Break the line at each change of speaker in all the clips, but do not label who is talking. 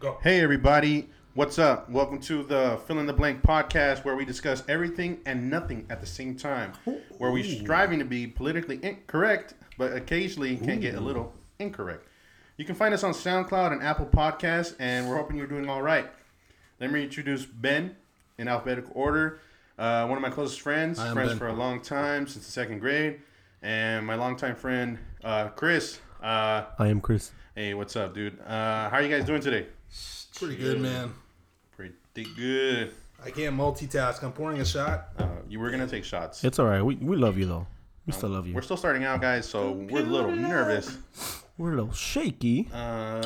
Go.
Hey, everybody. What's up? Welcome to the Fill in the Blank podcast where we discuss everything and nothing at the same time. Where we're striving to be politically incorrect, but occasionally can get a little incorrect. You can find us on SoundCloud and Apple Podcasts, and we're hoping you're doing all right. Let me introduce Ben in alphabetical order. Uh, one of my closest friends,
Hi, I'm
friends
Ben.
for a long time, since the second grade, and my longtime friend, uh, Chris. Uh,
I am Chris.
hey, what's up, dude? Uh, how are you guys doing today?
Pretty good, man.
Pretty good.
I can't multitask. I'm pouring a shot.
Uh, you were gonna take shots.
It's all right. We, we love you though. We
Um,
still love you.
We're still starting out, guys, so we're a little nervous.
We're a little shaky.
Uh-huh.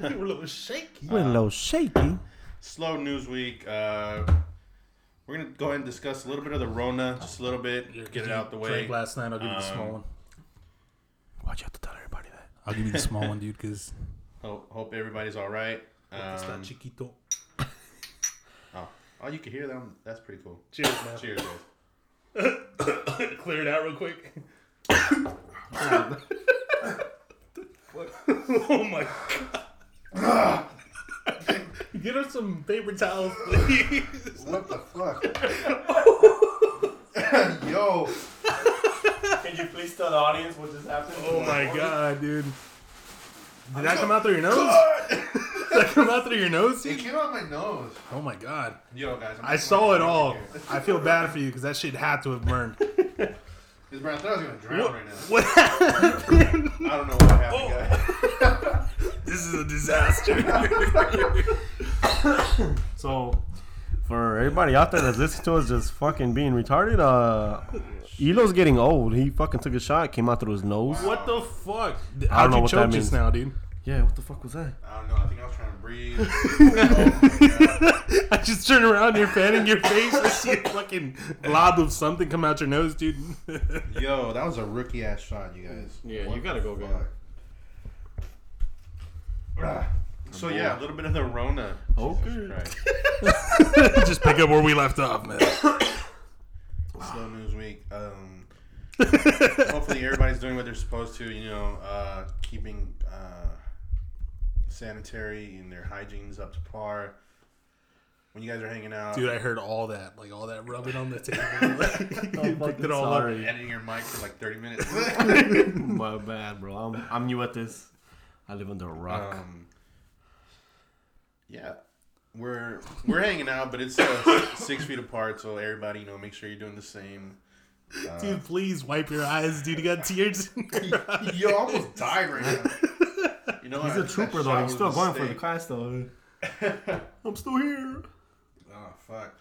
Uh,
We're a little shaky.
We're a little shaky.
slow news week. Uh, we're gonna go ahead and discuss a little bit of the Rona, just a little bit, get it out the way.
Drank last night. I'll give you
Uh,
the small one.
Why'd you have to tell everybody that?
I'll give you the small one, dude, because
Hope, hope everybody's all right.
it's
Um,
not chiquito.
oh, oh, you can hear them. That's pretty cool.
Cheers, man.
Cheers, guys.
Clear it out real quick. oh my god. Get her some paper towels, please.
What the fuck? Yo,
Can you please tell the audience what just happened?
Oh my god, dude. Did that come out through your nose? Did that come out through your nose?
it came out my nose.
Oh my god.
Yo, guys, I'm
I
just
saw
like-
it all. I feel bad for you because that shit had to have burned.
This Brian, I thought I was gonna drown right now.
What Oh. happened?
I don't know what happened, guys.
This is a disaster.
So, for everybody out there that's listening to us just fucking being retarded, uh, Elo's getting old. He fucking took a shot, came out through his nose.
what the fuck?
I
How'd
don't know
you
what that
choke
means.
just now, dude?
Yeah, what the fuck was that?
I don't know. I think I was trying to breathe.
I just turned around, you're fanning your face. I see a fucking blob of something come out your nose, dude.
Yo, that was a rookie ass shot, you guys.
Yeah, you gotta go,
guys. So yeah, a little bit of the Rona.
Oh, Okay.
Right.
just pick up where we left off, man.
Slow news week. Um, hopefully everybody's doing what they're supposed to. You know, uh, keeping uh, sanitary and their hygiene's up to par. When you guys are hanging out,
Dude, I heard all that, like all that rubbing on the table. you picked it all up.
editing your mic for like thirty minutes.
My bad, bro. I'm, I'm new at this. I live under a rock.
um, yeah, we're we're hanging out, but it's uh, six feet apart. So everybody, you know, make sure you're doing the same.
Dude, please wipe your eyes, dude. You got tears. in your eyes.
Yo, I almost died right now. You know,
He's
I
a
think that
trooper, though.
shot
He's
was
still
a
going for the
mistake.
class, though. I'm still here.
Oh fuck.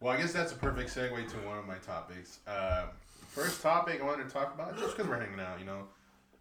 Well, I guess that's a perfect segue to one of my topics. Uh, first topic I wanted to talk about, just because we're hanging out, you know,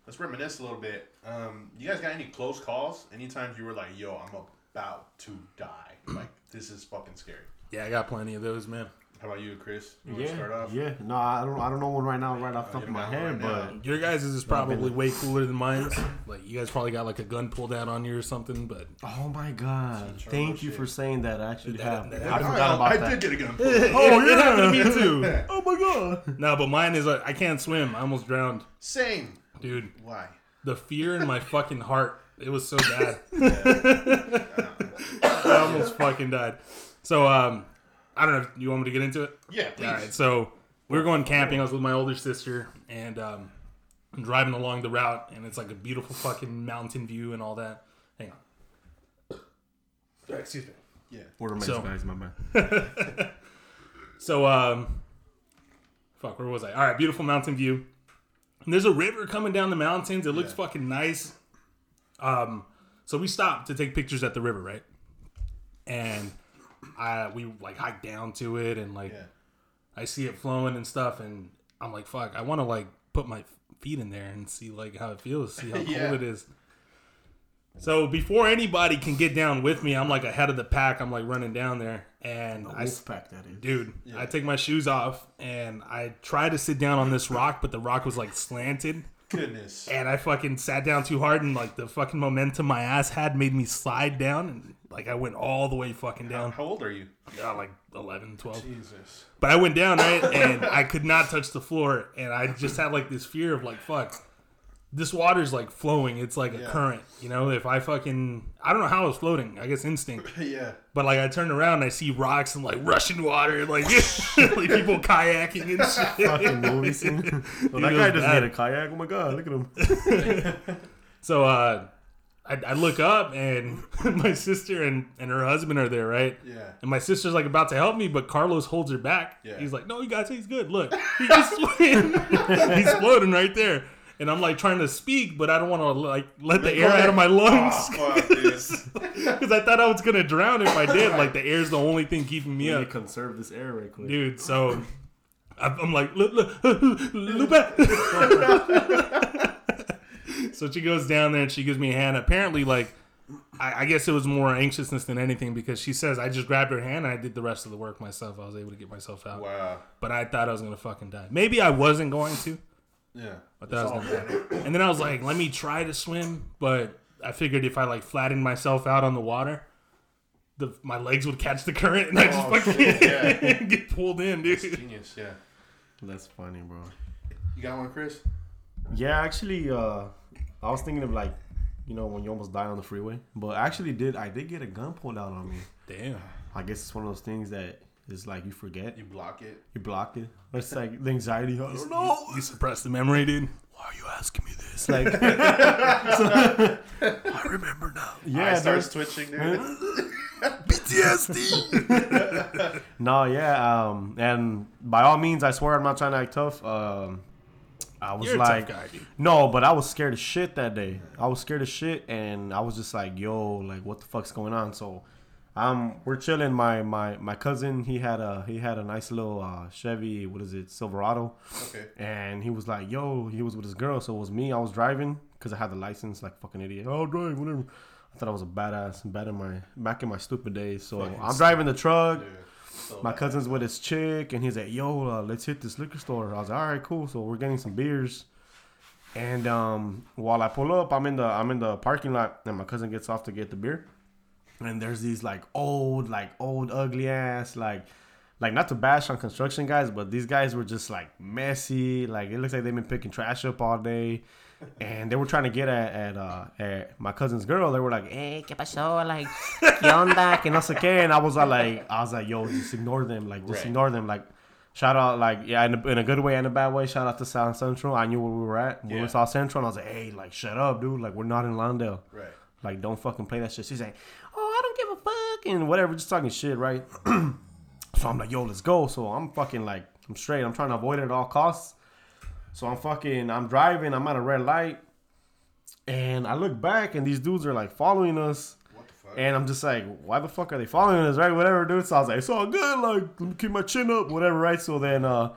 let's reminisce a little bit. Um, you guys got any close calls? Any times you were like, "Yo, I'm about to die," like this is fucking scary.
yeah, I got plenty of those, man.
How about you, Chris? You wanna
Yeah, yeah. No, I don't. I don't know one right now, right off the top
you don't
of my
got
head,
one right
but
Your guys' is probably way cooler than mine. Like you guys probably got like a gun pulled out on you or something, but
Oh my god!
Some
Thank
turbo
you for
shit.
saying that. I actually have.
that-
I
I,
forgot about
I
that.
did get a gun. pulled.
oh, it happened to me too.
Oh my god!
No, but mine is like I can't swim. I almost drowned,
Same.
dude.
Why?
The fear in my fucking heart. It was so bad. I almost fucking died. So um, I don't know. if You want me to get into it?
Yeah, please.
All right, so we were going camping. I was with my older sister, and um, I'm driving along the route, and it's like a beautiful fucking mountain view and all that. Hang on. Excuse me.
Yeah.
Order my
So-
guys, my man.
So, um, fuck, where was I? All right, beautiful mountain view. And there's a river coming down the mountains. It looks
Yeah.
fucking nice. Um, so we stopped to take pictures at the river, right? And I we like hiked down to it, and like
Yeah.
I see it flowing and stuff, and I'm like, fuck, I want to like put my feet in there and see like how it feels, see how
Yeah.
cold it is. So before anybody can get down with me, I'm like ahead of the pack. I'm like running down there,
Oh,
and I
Wolf pack that is.
dude i take my shoes off and i try to sit down on this rock but the rock was like slanted
Goodness.
and i fucking sat down too hard and like the fucking momentum my ass had made me slide down and like i went all the way fucking down
How old are you?
yeah, like 11 12
Jesus.
but i went down right and i could not touch the floor and i just had like this fear of like fuck this water's like flowing. It's like a
Yeah.
current, you know. If I fucking, I don't know how I was floating. I guess instinct.
yeah.
But like I turn around and I see rocks and like Russian water, like, like people kayaking and shit.
Fucking movie scene. Well, that
He
guy
goes
just
bad.
made a kayak. Oh my god, look at him.
So uh, I, I look up and my sister and, and her husband are there, right?
Yeah.
And my sister's like about to help me, but Carlos holds her back.
Yeah.
He's like, "No, you guys, he's good. Look, he can swim. he's floating right there." And I'm like trying to speak, but I don't want to like let the air out of my lungs
Oh, fuck, dude. Ah.
because I thought I was gonna drown if I did. Like the air's the only thing keeping me
Yeah.
up.
conserve this air right quick.
dude. So I'm I'm like, look, look, Lupe. so she goes down there and she gives me a hand. Apparently, like, I, I guess it was more anxiousness than anything because she says I just grabbed her hand and I did the rest of the work myself. I was able to get myself out,
Wow.
but I thought I was gonna fucking die. Maybe I wasn't going to,
Yeah.
but that was gonna happen. And then I was like, let me try to swim, but I figured if I like flattened myself out on the water. The, my legs would catch the current and I just
Oh,
fucking
shit, yeah.
get pulled in, dude.
Genius. Yeah.
That's funny, bro.
You got one, Chris?
Yeah, actually, uh, I was thinking of like, you know, when you almost die on the freeway. But I actually did I did get a gun pulled out on me?
Damn.
I guess it's one of those things that is like you forget,
You
you,
block it.
block it. It's like the anxiety. oh, I don't know.
You suppress the memory, dude.
Why are you asking me this?
It's like
I remember now.
yeah,
Eye starts
there's
twitching, dude.
PTSD.
no, yeah, um, and by all means, I swear I'm not trying to act tough. Um, I was
You're
like,
a tough guy, dude.
No, but I was scared as shit that day. I was scared as shit, and I was just like, "Yo, like, what the fuck's going on?" So, um, we're chilling. My my my cousin, he had a he had a nice little uh, Chevy. What is it, Silverado?
Okay.
And he was like, "Yo," he was with his girl, so it was me. I was driving because I had the license, like fucking idiot. I'll drive, whatever. I thought I was a badass, bad in my back in my stupid days. So I'm driving the truck. My cousin's with his chick, and he's like, "Yo, uh, let's hit this liquor store." I was like, "All right, cool." So we're getting some beers, and um, while I pull up, I'm in the I'm in the parking lot, and my cousin gets off to get the beer, and there's these like old, like old, ugly ass, like, like not to bash on construction guys, but these guys were just like messy. Like it looks like they've been picking trash up all day, and they were trying to get at at, uh, at my cousin's girl. They were like, "Hey,
¿Qué pasó? Like,
¿Qué onda? Que no sé qué. And I was uh, like, I was like, yo, just ignore them. Like, just
Right.
ignore them. Like, shout out, like, yeah, in a, in a good way and a bad way. Shout out to South Central. I knew where we were at. We
Yeah.
were South Central, and I was like, hey, like, shut up, dude. Like, we're not in Lawndale.
Right.
Like, don't fucking play that shit. She's like, oh, I don't give a fuck and whatever, just talking shit, right? so I'm like, yo, let's go. So I'm fucking like, I'm straight. I'm trying to avoid it at all costs. So I'm fucking, I'm driving. I'm at a red light, and I look back, and these dudes are like following us.
What the fuck?
And I'm just like, why the fuck are they following us, right? Whatever, dude. So I was like, it's all good. Like, let me keep my chin up, whatever, right? So then, uh,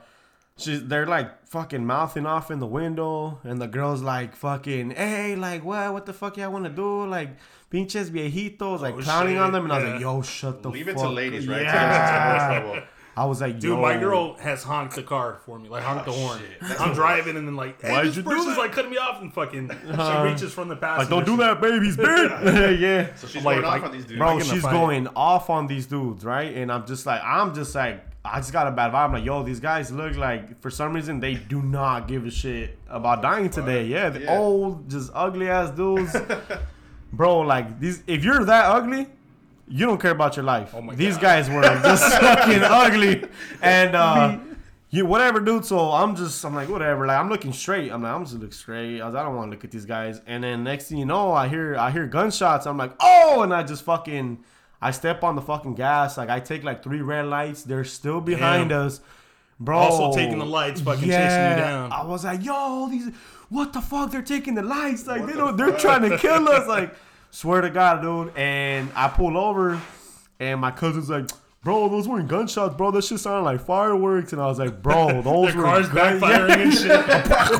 she's they're like fucking mouthing off in the window, and the girl's like, fucking, hey, like, what, what the fuck y'all want to do? Like, pinches viejitos, like clowning
shit,
on them, and I was
yeah.
like, yo, shut the
Oh, Leave
fuck.
it to ladies, right?
Yeah.
Tell them it's the
I was like,
Dude,
yo,
my girl has honked the car for me, like honked the horn.
shit.
I'm driving and then like, hey,
Why'd
this
you do
person's
that? Uh-huh.
like cutting me off and fucking. she reaches from the
like,
passenger.
don't do
seat.
that, baby's bitch. yeah.
So she's
Like-
going
like-
off on these dudes.
bro
in a
she's
fight.
going off on these dudes right and i'm just like i'm just like i just got a bad vibe i'm like yo these guys look like for some reason they do not give a shit about dying today yeah the
Yeah.
old just ugly ass dudes bro like these if you're that ugly you don't care about your life.
Oh my
These
God.
guys were just fucking ugly, and uh, you whatever, dude. So I'm just I'm like whatever. Like I'm looking straight. I'm like I'm just look straight. I, was, I don't want to look at these guys. And then next thing you know, I hear I hear gunshots. I'm like oh, and I just fucking I step on the fucking gas. Like I take like three red lights. They're still behind
Damn.
us, bro.
Also taking the lights, fucking chasing you down.
Oh, I was like yo, these what the fuck? They're taking the lights. Like they don't. They're trying to kill us. Like swear to God, dude. And I pull over, and my cousin's like. Bro, those weren't gunshots, bro. That shit sounded like fireworks, and I was like, "Bro, those
Their
were
car's
gun-
backfiring and shit.
yeah.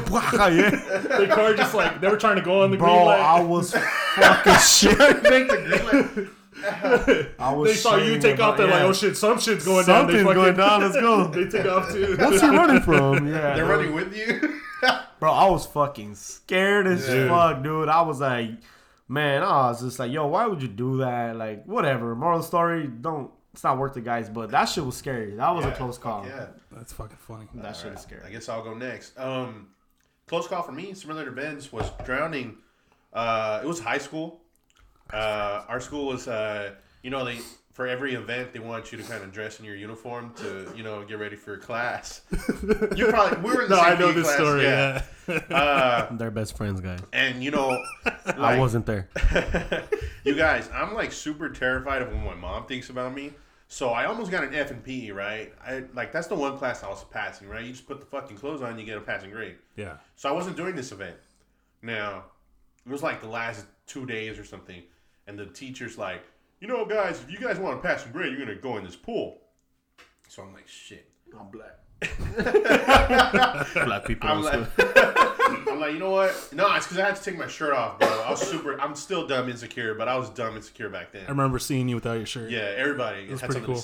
Their car just like they were trying to go on the
Bro,
green light.
I was fucking shit. I was.
they saw you
shitting
take
my-
off. They're like,
yeah.
oh shit, some shit's going
Something's
down. They
going
fucking,
down. Let's go.
They took off too.
What's he running from? Yeah,
They're running
dude.
with you.
Bro, I was fucking scared as
Yeah.
fuck, dude. I was like, man, I was just like, yo, why would you do that? Like, whatever. Moral of the story, don't. It's not worth it, guys. But that shit was scary. That was a
Yeah,
close
fuck
call.
Yeah.
That's fucking funny.
That shit
Alright,
is scary.
I guess I'll go next. Um, Close call for me, similar to Ben's, was drowning. Uh, it was high school. Uh, our school was, uh, you know, they for every event they want you to kind of dress in your uniform to, you know, get ready for your class. You probably we were in the
No,
same
I know
PE
this
class,
story. Yeah.
Uh,
They're best friends, guys.
and you know,
I
like,
wasn't there.
you guys, I'm like super terrified of what my mom thinks about me. So I almost got an F in PE, right? I like that's the one class I was passing, right? You just put the fucking clothes on, you get a passing grade.
yeah.
So I wasn't doing this event. Now, it was like the last two days or something, and the teacher's like, you know, guys, if you guys want to pass some grade, you're gonna go in this pool. So I'm like, shit.
I'm black. black people.
I'm
don't
like,
swim.
I'm like, you know what? No, it's because I had to take my shirt off, bro. I was super. I'm still dumb insecure, but I was dumb insecure back then.
I remember seeing you without your shirt.
Yeah, everybody had
pretty
something to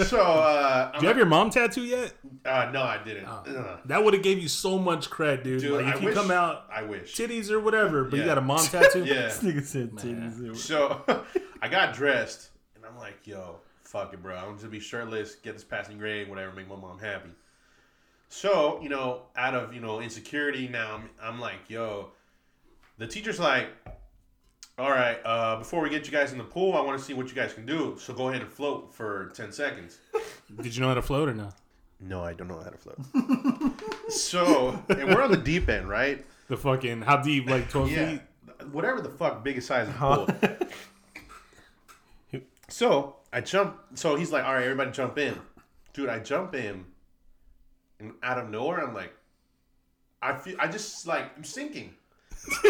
say. so, uh, I'm
Do you have your mom tattoo yet?
like, uh, no, I didn't. Ugh.
That would have gave you so much cred, Oh. dude.
Dude,
like
I
if you
wish,
come out
I wish.
titties or whatever, but
Yeah.
you got a mom tattoo.
Yeah.
Nigga said titties.
So I got dressed, and I'm like, yo, fuck it, bro. I'm just gonna be shirtless, get this passing grade, whatever, make my mom happy. So you know, out of you know insecurity, now I'm, I'm like, yo, the teacher's like, all right, uh, before we get you guys in the pool, I want to see what you guys can do. So go ahead and float for ten seconds.
Did you know how to float or no?
No, I don't know how to float. so and we're on the deep end, right?
The fucking how deep? Like twelve
Yeah.
feet.
Whatever the fuck biggest size of the pool. so I jump. So he's like, all right, everybody jump in. Dude, I jump in. And out of nowhere, I'm like, I feel, I just like, I'm sinking.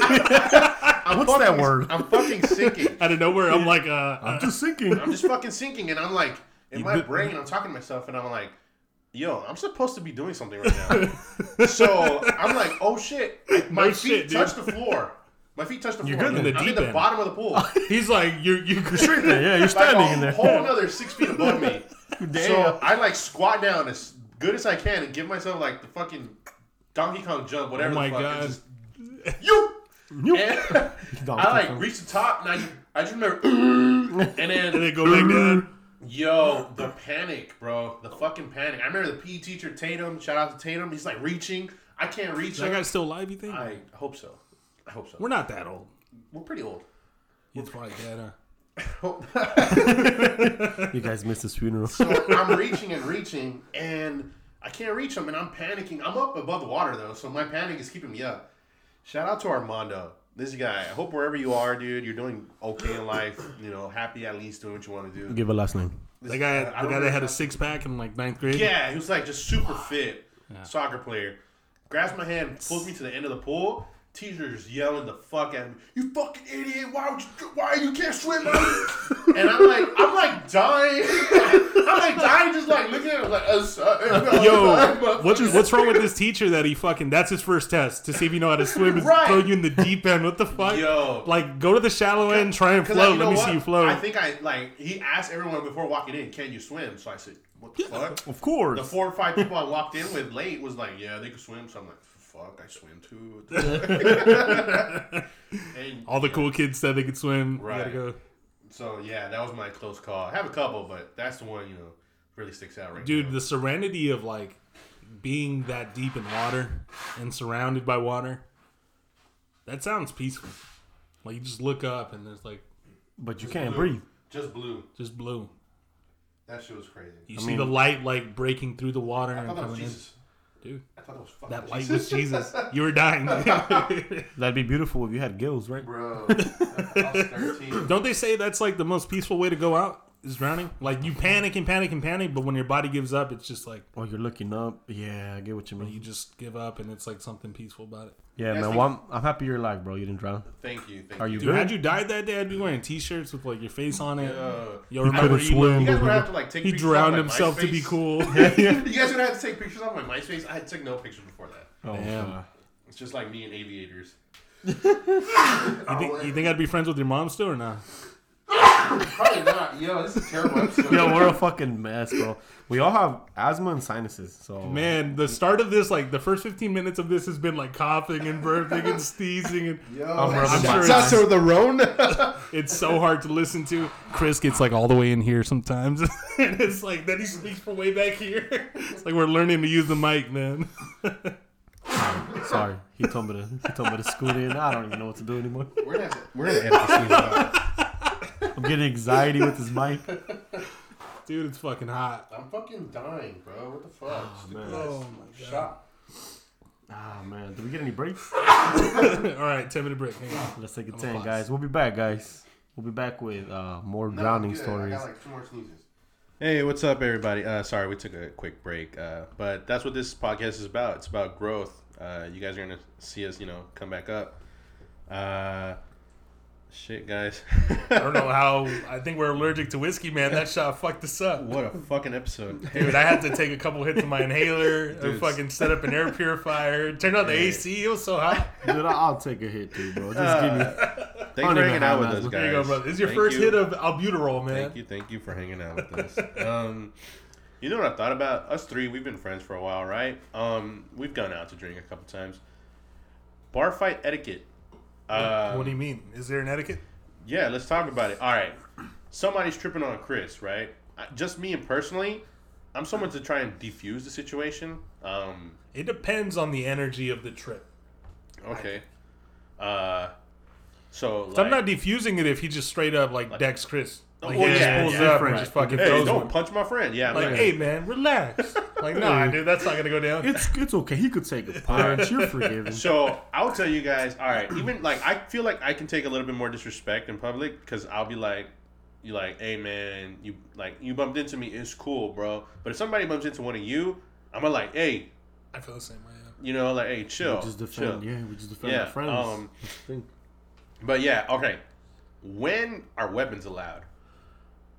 I'm
What's
fucking-
that word?
I'm fucking sinking.
Out of nowhere, I'm like, uh, uh,
I'm just thinking.
I'm just fucking sinking. And I'm like, in
You
my
bit-
brain, I'm talking to myself and I'm like, yo, I'm supposed to be doing something right now. so I'm like, oh shit. My
No
feet
shit, dude.
touch the floor. My feet touch the
You're
floor.
good in the
I'm
deep
in the
end.
bottom of the pool.
he's like, you're you.
yeah, you're
like
standing
a
in there.
whole another six feet above me.
Damn.
So I like squat down as good as I can and give myself like the fucking Donkey Kong jump, whatever.
Oh my
the fuck.
God.
and Just, you.
You-
And
Donkey
I like
Kong.
reach the top and I just, I just remember, and
and they
then
go back down.
yo, the panic, bro, the fucking panic. I remember the PE teacher Tatum. Shout out to Tatum. He's like reaching. I can't reach
That
him.
guy's still alive, you think?
I hope so. I hope so.
We're not that old.
We're pretty old.
He's probably dead, huh?
You guys missed his funeral.
So I'm reaching and reaching, and I can't reach him, and I'm panicking. I'm up above the water though, so my panic is keeping me up. Shout out to Armando, this guy. I hope wherever you are, dude, you're doing okay in life. You know, happy at least doing what you want to do.
Give a last name.
This-
That guy,
I
the
don't
guy that
know-
had a six pack in like ninth grade.
yeah, he was like just super fit soccer player. Grabs my hand, pulls me to the end of the pool. Teacher's yelling the fuck at me. You fucking idiot! Why would you? Why you can't swim? man?" and I'm like, I'm like dying. I'm like dying, just like looking at him like, uh, sorry, no,
Yo,
I'm
what's
fucking-
what's wrong with this teacher that he fucking? That's his first test to see if you know how to swim. Is
Right.
throw you in the deep end. What the fuck?
Yo.
like go to the shallow end, try and
Cause,
float.
like, you know
Let me
what?
see you float.
I think I like he asked everyone before walking in, "Can you swim?" So I said, "What the fuck?"
Of
The
course.
four or five people I walked in with late was like, "Yeah, they could swim." So I'm like, "Fuck, I swim too." and
All the cool kids said they could swim. You gotta
Right.
go.
So yeah, that was my close call. I have a couple, but that's the one you know really sticks out right
dude
now.
the serenity of like being that deep in water and surrounded by water that sounds peaceful like you just look up and there's like
But you can't breathe.
just blue.
just blue
That shit was crazy.
you see the light like breaking through the water
I
and
thought that was
coming in
Jesus.
dude
I thought that was fucking
that light
Jesus.
was jesus you were dying
That'd be beautiful if you had gills, right?
bro. I was thirteen.
don't they say that's like the most peaceful way to go out is drowning like you panic and panic and panic but when your body gives up it's just like
Oh, you're looking up. Yeah, I get what you
you
mean.
just give up and it's like something peaceful about it
Yeah,
guys
man.
think-
Well, I'm, I'm happy you're alive, bro. You didn't drown.
Thank you. Thank
Are you
you.
dude
good?
had you died that day i'd be wearing t-shirts with like your face on it
Yo.
Yo,
You
remember
couldn't
you
swim.
uh, You guys would have to like take.
He
pictures
drowned
on my
himself to be
MySpace.
cool.
You guys would have to take pictures on my MySpace. I took no pictures before that.
Oh,
Damn.
God.
It's just like me and aviators.
You think, you think I'd be friends with your mom still or not?
Probably not. Yo, this is a terrible episode.
Yo, we're a fucking mess, bro. We all have asthma and sinuses, so uh,
Man, the start of this, like the first 15 minutes of this, has been like coughing and burping and sneezing, and
I'm rubbing
I'm
my-
sure
That's
it's,
so the Rona.
it's so hard to listen to. Chris gets like all the way in here sometimes, and it's like then he speaks from way back here. It's like we're learning to use the mic, man.
Sorry, he told me to he told me to scoot in. I don't even know what to do anymore.
We're gonna, we're gonna edit this thing out.
I'm getting anxiety with this mic.
Dude, it's fucking hot.
I'm fucking dying, bro. What the fuck?
man.
Oh my god.
Ah man, do we get any breaks?
All right, 10 minute break. Hang on.
Let's take a
a
ten,
boss.
guys. We'll be back, guys. We'll be back with uh, more drowning stories.
Hey, what's up, everybody? Uh, sorry, we took a quick break, uh, but that's what this podcast is about. It's about growth. Uh, you guys are gonna see us, you know, come back up. Uh, shit, guys.
I don't know how. I think we're allergic to whiskey, man. That shot fucked us up.
what a fucking episode.
Dude, I had to take a couple hits of my inhaler, and
Dude.
fucking set up an air purifier, turned on the AC. It was so hot.
Dude, I- I'll take a hit too, bro. Just give me.
Thanks
don't
for hanging
even have
out with
that.
us, guys.
There you go, brother. This is your
Thank
first
you.
hit of albuterol, man.
Thank you, thank you for hanging out with us. Um, you know what I thought about us three? We've been friends for a while, right? Um, we've gone out to drink a couple times. Bar fight etiquette. Uh,
what do you mean? Is there an etiquette?
yeah, let's talk about it. All right, somebody's tripping on Chris, right? I, just me and personally, I'm someone to try and defuse the situation. Um,
It depends on the energy of the trip.
okay. Uh, so
So I'm
like-
not defusing it if he just straight up like decks Chris. Like he
yeah,
just
yeah,
pulls
yeah,
up
right.
and just fucking
Hey,
throws
don't
one.
punch my friend. Yeah, I'm
Like,
not-
hey man, relax. Like, nah, dude, that's not gonna go down.
It's it's okay. He could take a punch. You're forgiven.
So I'll tell you guys. All right, even like I feel like I can take a little bit more disrespect in public because I'll be like, you like, hey man, you like you bumped into me, it's cool, bro. But if somebody bumps into one of you, I'm gonna like, hey,
I feel the same way. yeah.
you know, like, hey, chill,
just
chill.
defend. Yeah, we just defend
Yeah,
our friends.
um,
That's the thing.
But yeah, okay. When are weapons allowed?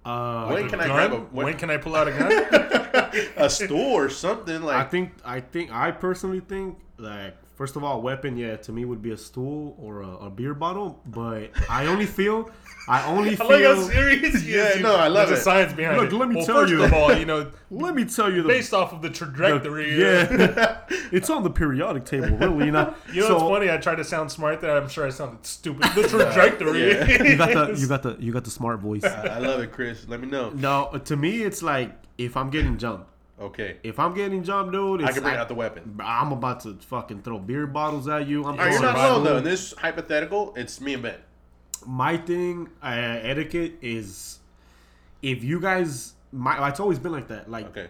Uh,
When can I
Gun?
grab a
when,
when,
can I pull out a gun?
a stool or something
I
like?
think I think I personally think like first of all, weapon yeah to me would be a stool or a, a beer bottle. But I only feel I only
I like how
feel.
serious he is.
Yeah, no, I love
There's
it.
a science behind
Look,
it.
let me
well,
tell
first
you.
of all, you know,
let me tell you the
based off of the trajectory. uh,
yeah, it's on the periodic table, really. You know,
You know
so,
what's funny? I tried to sound smart there. I'm sure I sounded stupid. The trajectory.
You got the you got the you got the smart voice.
I love it, Chris. Let me know.
No, to me it's like if I'm getting jumped,
Okay,
if I'm getting jumped, dude, it's
I can bring
like,
out the weapon.
I'm about to fucking throw beer bottles at you. I'm
All right, you're
throwing
not alone
bottles.
though. In this hypothetical, it's me and Ben.
my thing uh, etiquette is if you guys my it's always been like that like
Okay.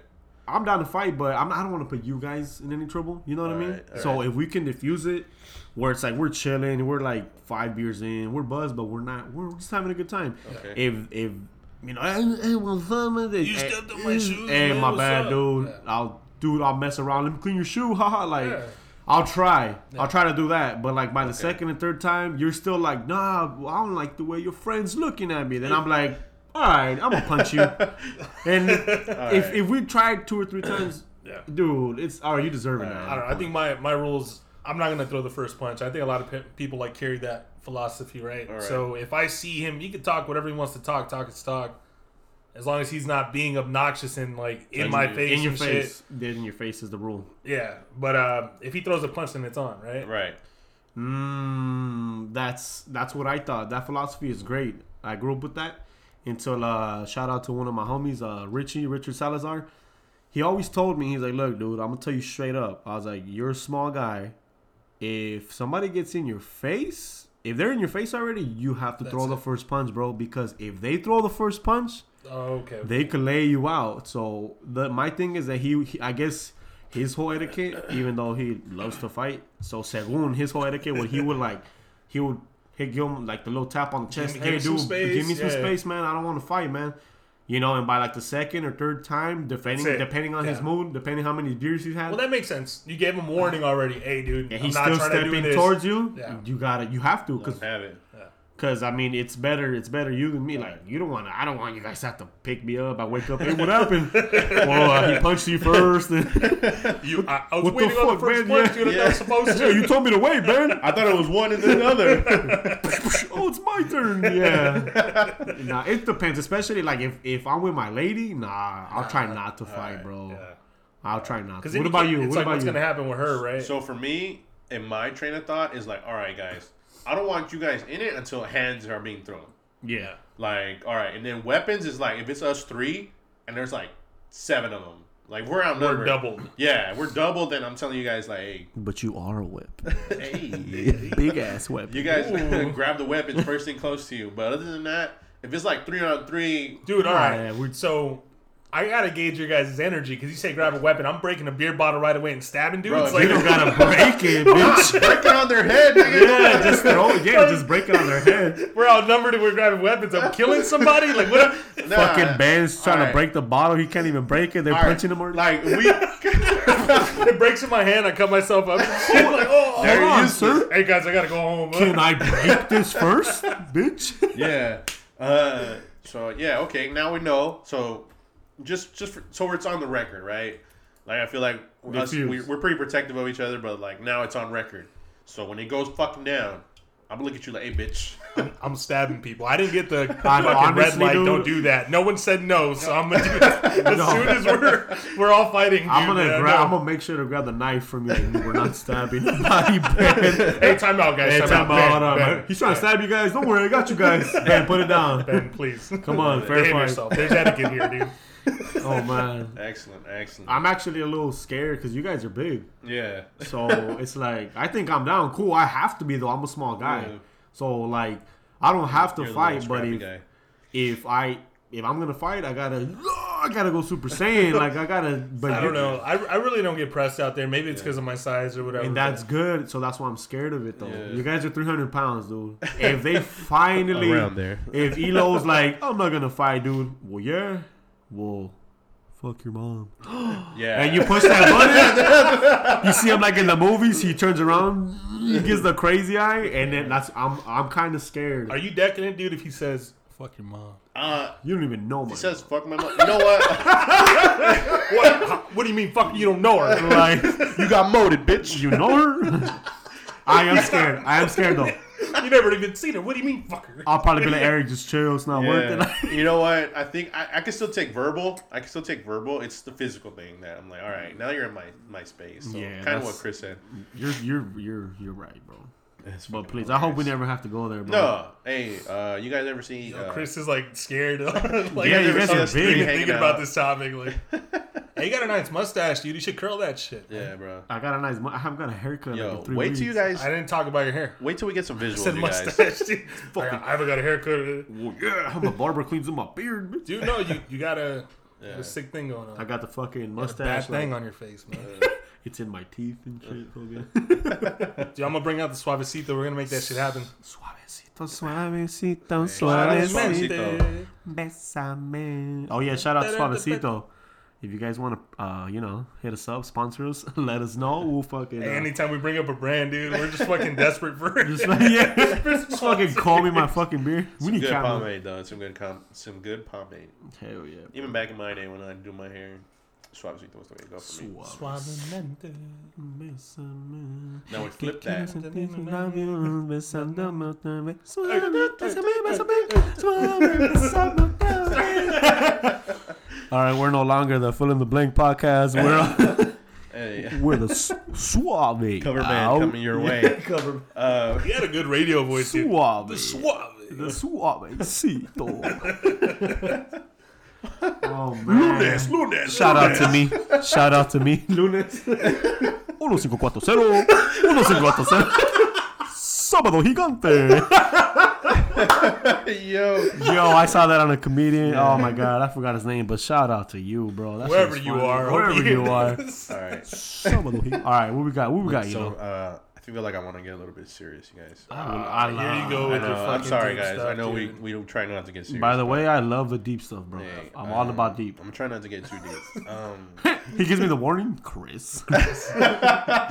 i'm down to fight but I'm, i don't want to put you guys in any trouble you know what i mean
Alright, alright.
so if we can diffuse it where it's like we're chilling we're like five beers in we're buzzed but we're not we're just having a good time
Okay.
if if you know hey, hey, what's up, man?
You
Hey,
stepped on my shoes,
hey
man,
eh, my
what's
bad
up?
dude
Yeah.
i'll dude i'll mess around let me clean your shoe haha like
Yeah.
I'll try. I'll try to do that. But like by the second and third time, you're still like, nah, well, I don't like the way your friends looking at me. Then I'm like, all right, I'm gonna punch you. and if, if we tried two or three times,
Yeah.
dude, it's all right. You deserve it now.
I don't know. I think my my rules. I'm not gonna throw the first punch. I think a lot of pe- people like carry that philosophy, right?
All right.
So if I see him, he can talk whatever he wants to talk. Talk his talk, as long as he's not being obnoxious and like in my
you-
face
in your
and
face, dead in your face is the rule.
shit. Yeah, but uh, if he throws a punch, then it's on, right?
Right.
Mm, that's that's what I thought. That philosophy is great. I grew up with that. Until uh, shout out to one of my homies, uh, Richie Richard Salazar. He always told me he's like, look, dude, I'm gonna tell you straight up. I was like, you're a small guy. If somebody gets in your face, if they're in your face already, you have to throw the first punch, bro. Because if they throw the first punch,
Oh, Okay.
they could lay you out. So the my thing is that he, he I guess his whole etiquette, even though he loves to fight, so según his whole etiquette, what he would like, he would he give him like the little tap on the chest.
me-
hey,
give me some
dude,
space."
give me some
Yeah.
space, man. I don't want to fight, man. You know, and by like the second or third time, depending
That's it.
depending on his
Yeah.
mood, depending how many beers he's had,
well, that makes sense. You gave him warning already. Hey, dude,
and
I'm
Uh, he's
not
still
trying to do
stepping
this.
towards you.
Yeah.
You gotta, you have to, because
Have it.
Cause I mean, it's better. It's better you than me. Like you don't want to. I don't want you guys to have to pick me up. I wake up. Hey, what happened? well, uh, he punched you first. And,
You, I, I was
What the
waiting on the
fuck,
first
man?
punch.
Yeah.
You're not supposed
yeah,
to.
you told me to wait, man.
I thought it was one and then the other.
oh, it's my turn. Yeah. nah, it depends. Especially like if if I'm with my lady, nah, I'll try not to fight, bro. I'll try not. to.
'Cause
What
then
about
can't-
you?
It's
What
like
about
what's
you?
gonna happen with her, right?
so for me, in my train of thought is like, all right, guys, I don't want you guys in it until hands are being thrown.
yeah.
Like, all right, and then weapons is like if it's us three and there's like seven of them. Like we're outnumbered.
We're doubled.
Yeah, we're doubled, and I'm telling you guys, like, hey,
But you are a whip.
hey,
Big ass whip.
you guys grab the weapons first thing close to you. But other than that, if it's like three on three,
Dude, all right.
yeah, we're-
so I gotta gauge your guys' energy because you say grab a weapon. I'm breaking a beer bottle right away and stabbing dudes.
Bro,
it's
if you
like
don't
gotta
break it, bitch.
break it on their head. Nigga.
yeah, just throw it. Yeah, just break it on their head.
we're outnumbered and we're grabbing weapons. I'm killing somebody. Like what? A,
Nah,
Fucking Ben's trying
alright.
to break the bottle. He can't even break it. They're
alright.
punching him. Or-
Like we,
it breaks in my hand. I cut myself up. and shit, like, oh,
There
hold
you
on.
sir.
Hey guys, I gotta go home.
Can I break this first, bitch?
yeah. Uh, so yeah, okay. Now we know. So just just for, so it's on the record, right? Like I feel like us,
Diffuse.
we, we're pretty protective of each other, but like now it's on record. So when it goes fucking down, I'm gonna look at you like, hey, bitch.
I'm stabbing people. I didn't get the
I'm
fucking red
honestly,
light.
dude-
Don't do that. No one said no, so I'm gonna do it. As soon as we're we're all fighting,
I'm
dude,
gonna
man,
grab.
no.
I'm gonna make sure to grab the knife from you. and We're not stabbing anybody, Ben.
Hey, time out, guys.
Hey,
time, out.
time
uh,
out,
Ben,
hold on,
Ben,
man. He's trying to stab you guys. Don't worry, I got you guys. Ben, put it down.
Ben, please.
Come on, fair
Behave
fight.
yourself. There's etiquette here, dude.
Oh man,
Excellent, excellent.
I'm actually a little scared because you guys are big.
yeah.
So it's like I think I'm down. Cool, I have to be though. I'm a small guy,
Yeah.
so like I don't have to
You're the
fight.
little
But
scrappy
if,
guy.
if I if I'm gonna fight, I gotta I gotta go Super Saiyan. like I gotta. But
I
you-
don't know. I, I really don't get pressed out there. Maybe it's because of my size or whatever.
And that's good. So that's why I'm scared of it, though.
Yeah.
You guys are 300 pounds, dude. If they finally,
Around there.
if Elo's like, I'm not gonna fight, dude. Well, yeah. Well, fuck your mom.
Yeah.
And you push that button. you see him like in the movies. He turns around, he gets the crazy eye, and then that's I'm I'm kind of scared.
Are you decadent, dude? If he says "fuck your mom,"
uh,
you don't even know my.
he says, "Fuck my mom." You know what?
what? What do you mean? Fuck, you don't know her?
like
you got molded, bitch.
you know her. I am scared. I am scared though.
You never even seen her. What do you mean, fuck her?
I'll probably be like Eric, just chill. It's not worth
Yeah.
it.
you know what? I think I, I can still take verbal. I can still take verbal. It's the physical thing that I'm like, all right, now you're in my my space. So
Yeah,
kind of
that's-
what Chris said.
You're you're you're you're right, bro. But please, I hope we never have to go there, bro.
No, hey, uh, you guys ever see? Uh,
Chris is like scared. like,
Yeah,
I
you
never
guys
saw
are
this
big.
dude
Hanging
Thinking
out.
about this topic, like, hey, you got a nice mustache, dude. You should curl that shit.
Yeah, bro.
I got a nice. mu- I haven't got a haircut. in
Yo,
like three
wait
weeks.
till you guys.
I didn't talk about your hair.
Wait till we get some
I
visuals,
said
you guys.
mustache, dude. I, got- I haven't got a haircut.
Well, yeah, my barber cleans up my beard. bitch.
Dude, no, you you got a, you got
Yeah.
a sick thing going on.
I got the fucking
a bad
mustache. like,
thing on your face, man.
It's in my teeth and shit. fucking.
Dude, I'm gonna bring out the suavecito. We're gonna make that shit happen.
Suavecito, suavecito,
Suavecito.
suavecito,
Suavecito.
besame. Oh yeah, shout out to Suavecito. If you guys want to, uh, you know, hit us up, sponsor us, let us know. We'll fucking.
Hey,
Uh,
anytime we bring up a brand, dude, we're just fucking desperate for it.
just like, yeah, just fucking call me my fucking beer. We
Some
need
good
camera.
pomade, though. Some good com- Some good pomade.
Hell yeah. bro.
Even back in my day when I do my hair, Suavecito was the way to go for me.
Suave.
Suavemente.
Besame.
Now we flip that.
All right, we're no longer the Fill in the Blank podcast. We're
Hey,
we're the s- Suave
cover
Ow.
band coming your way.
cover
Uh,
He had a good radio voice, dude.
Suave
The suave.
the Suavecito. oh man!
Lunes.
Shout out to me! Shout out to me! Lunes. Uno cinco cuatro cero. Uno cinco cuatro cero. Sábado gigante.
yo,
Yo, I saw that on a comedian. Oh my god, I forgot his name, but shout out to you, bro. That shit
Wherever
was
you
funny.
are.
wherever you
all
are.
right.
Some of the heat. All right, what we got? What we got? You
So,
know,
uh, I feel like I want to get a little bit serious, you guys.
I
uh, Here you go
I
with your
know,
fucking
I'm sorry,
deep
guys.
stuff,
I know
dude.
we we don't try not to get serious.
By the way, I love the deep stuff, bro.
Hey,
I'm all
um,
uh,
about deep.
I'm trying not to get too deep. Um,
He gives me the warning, Chris.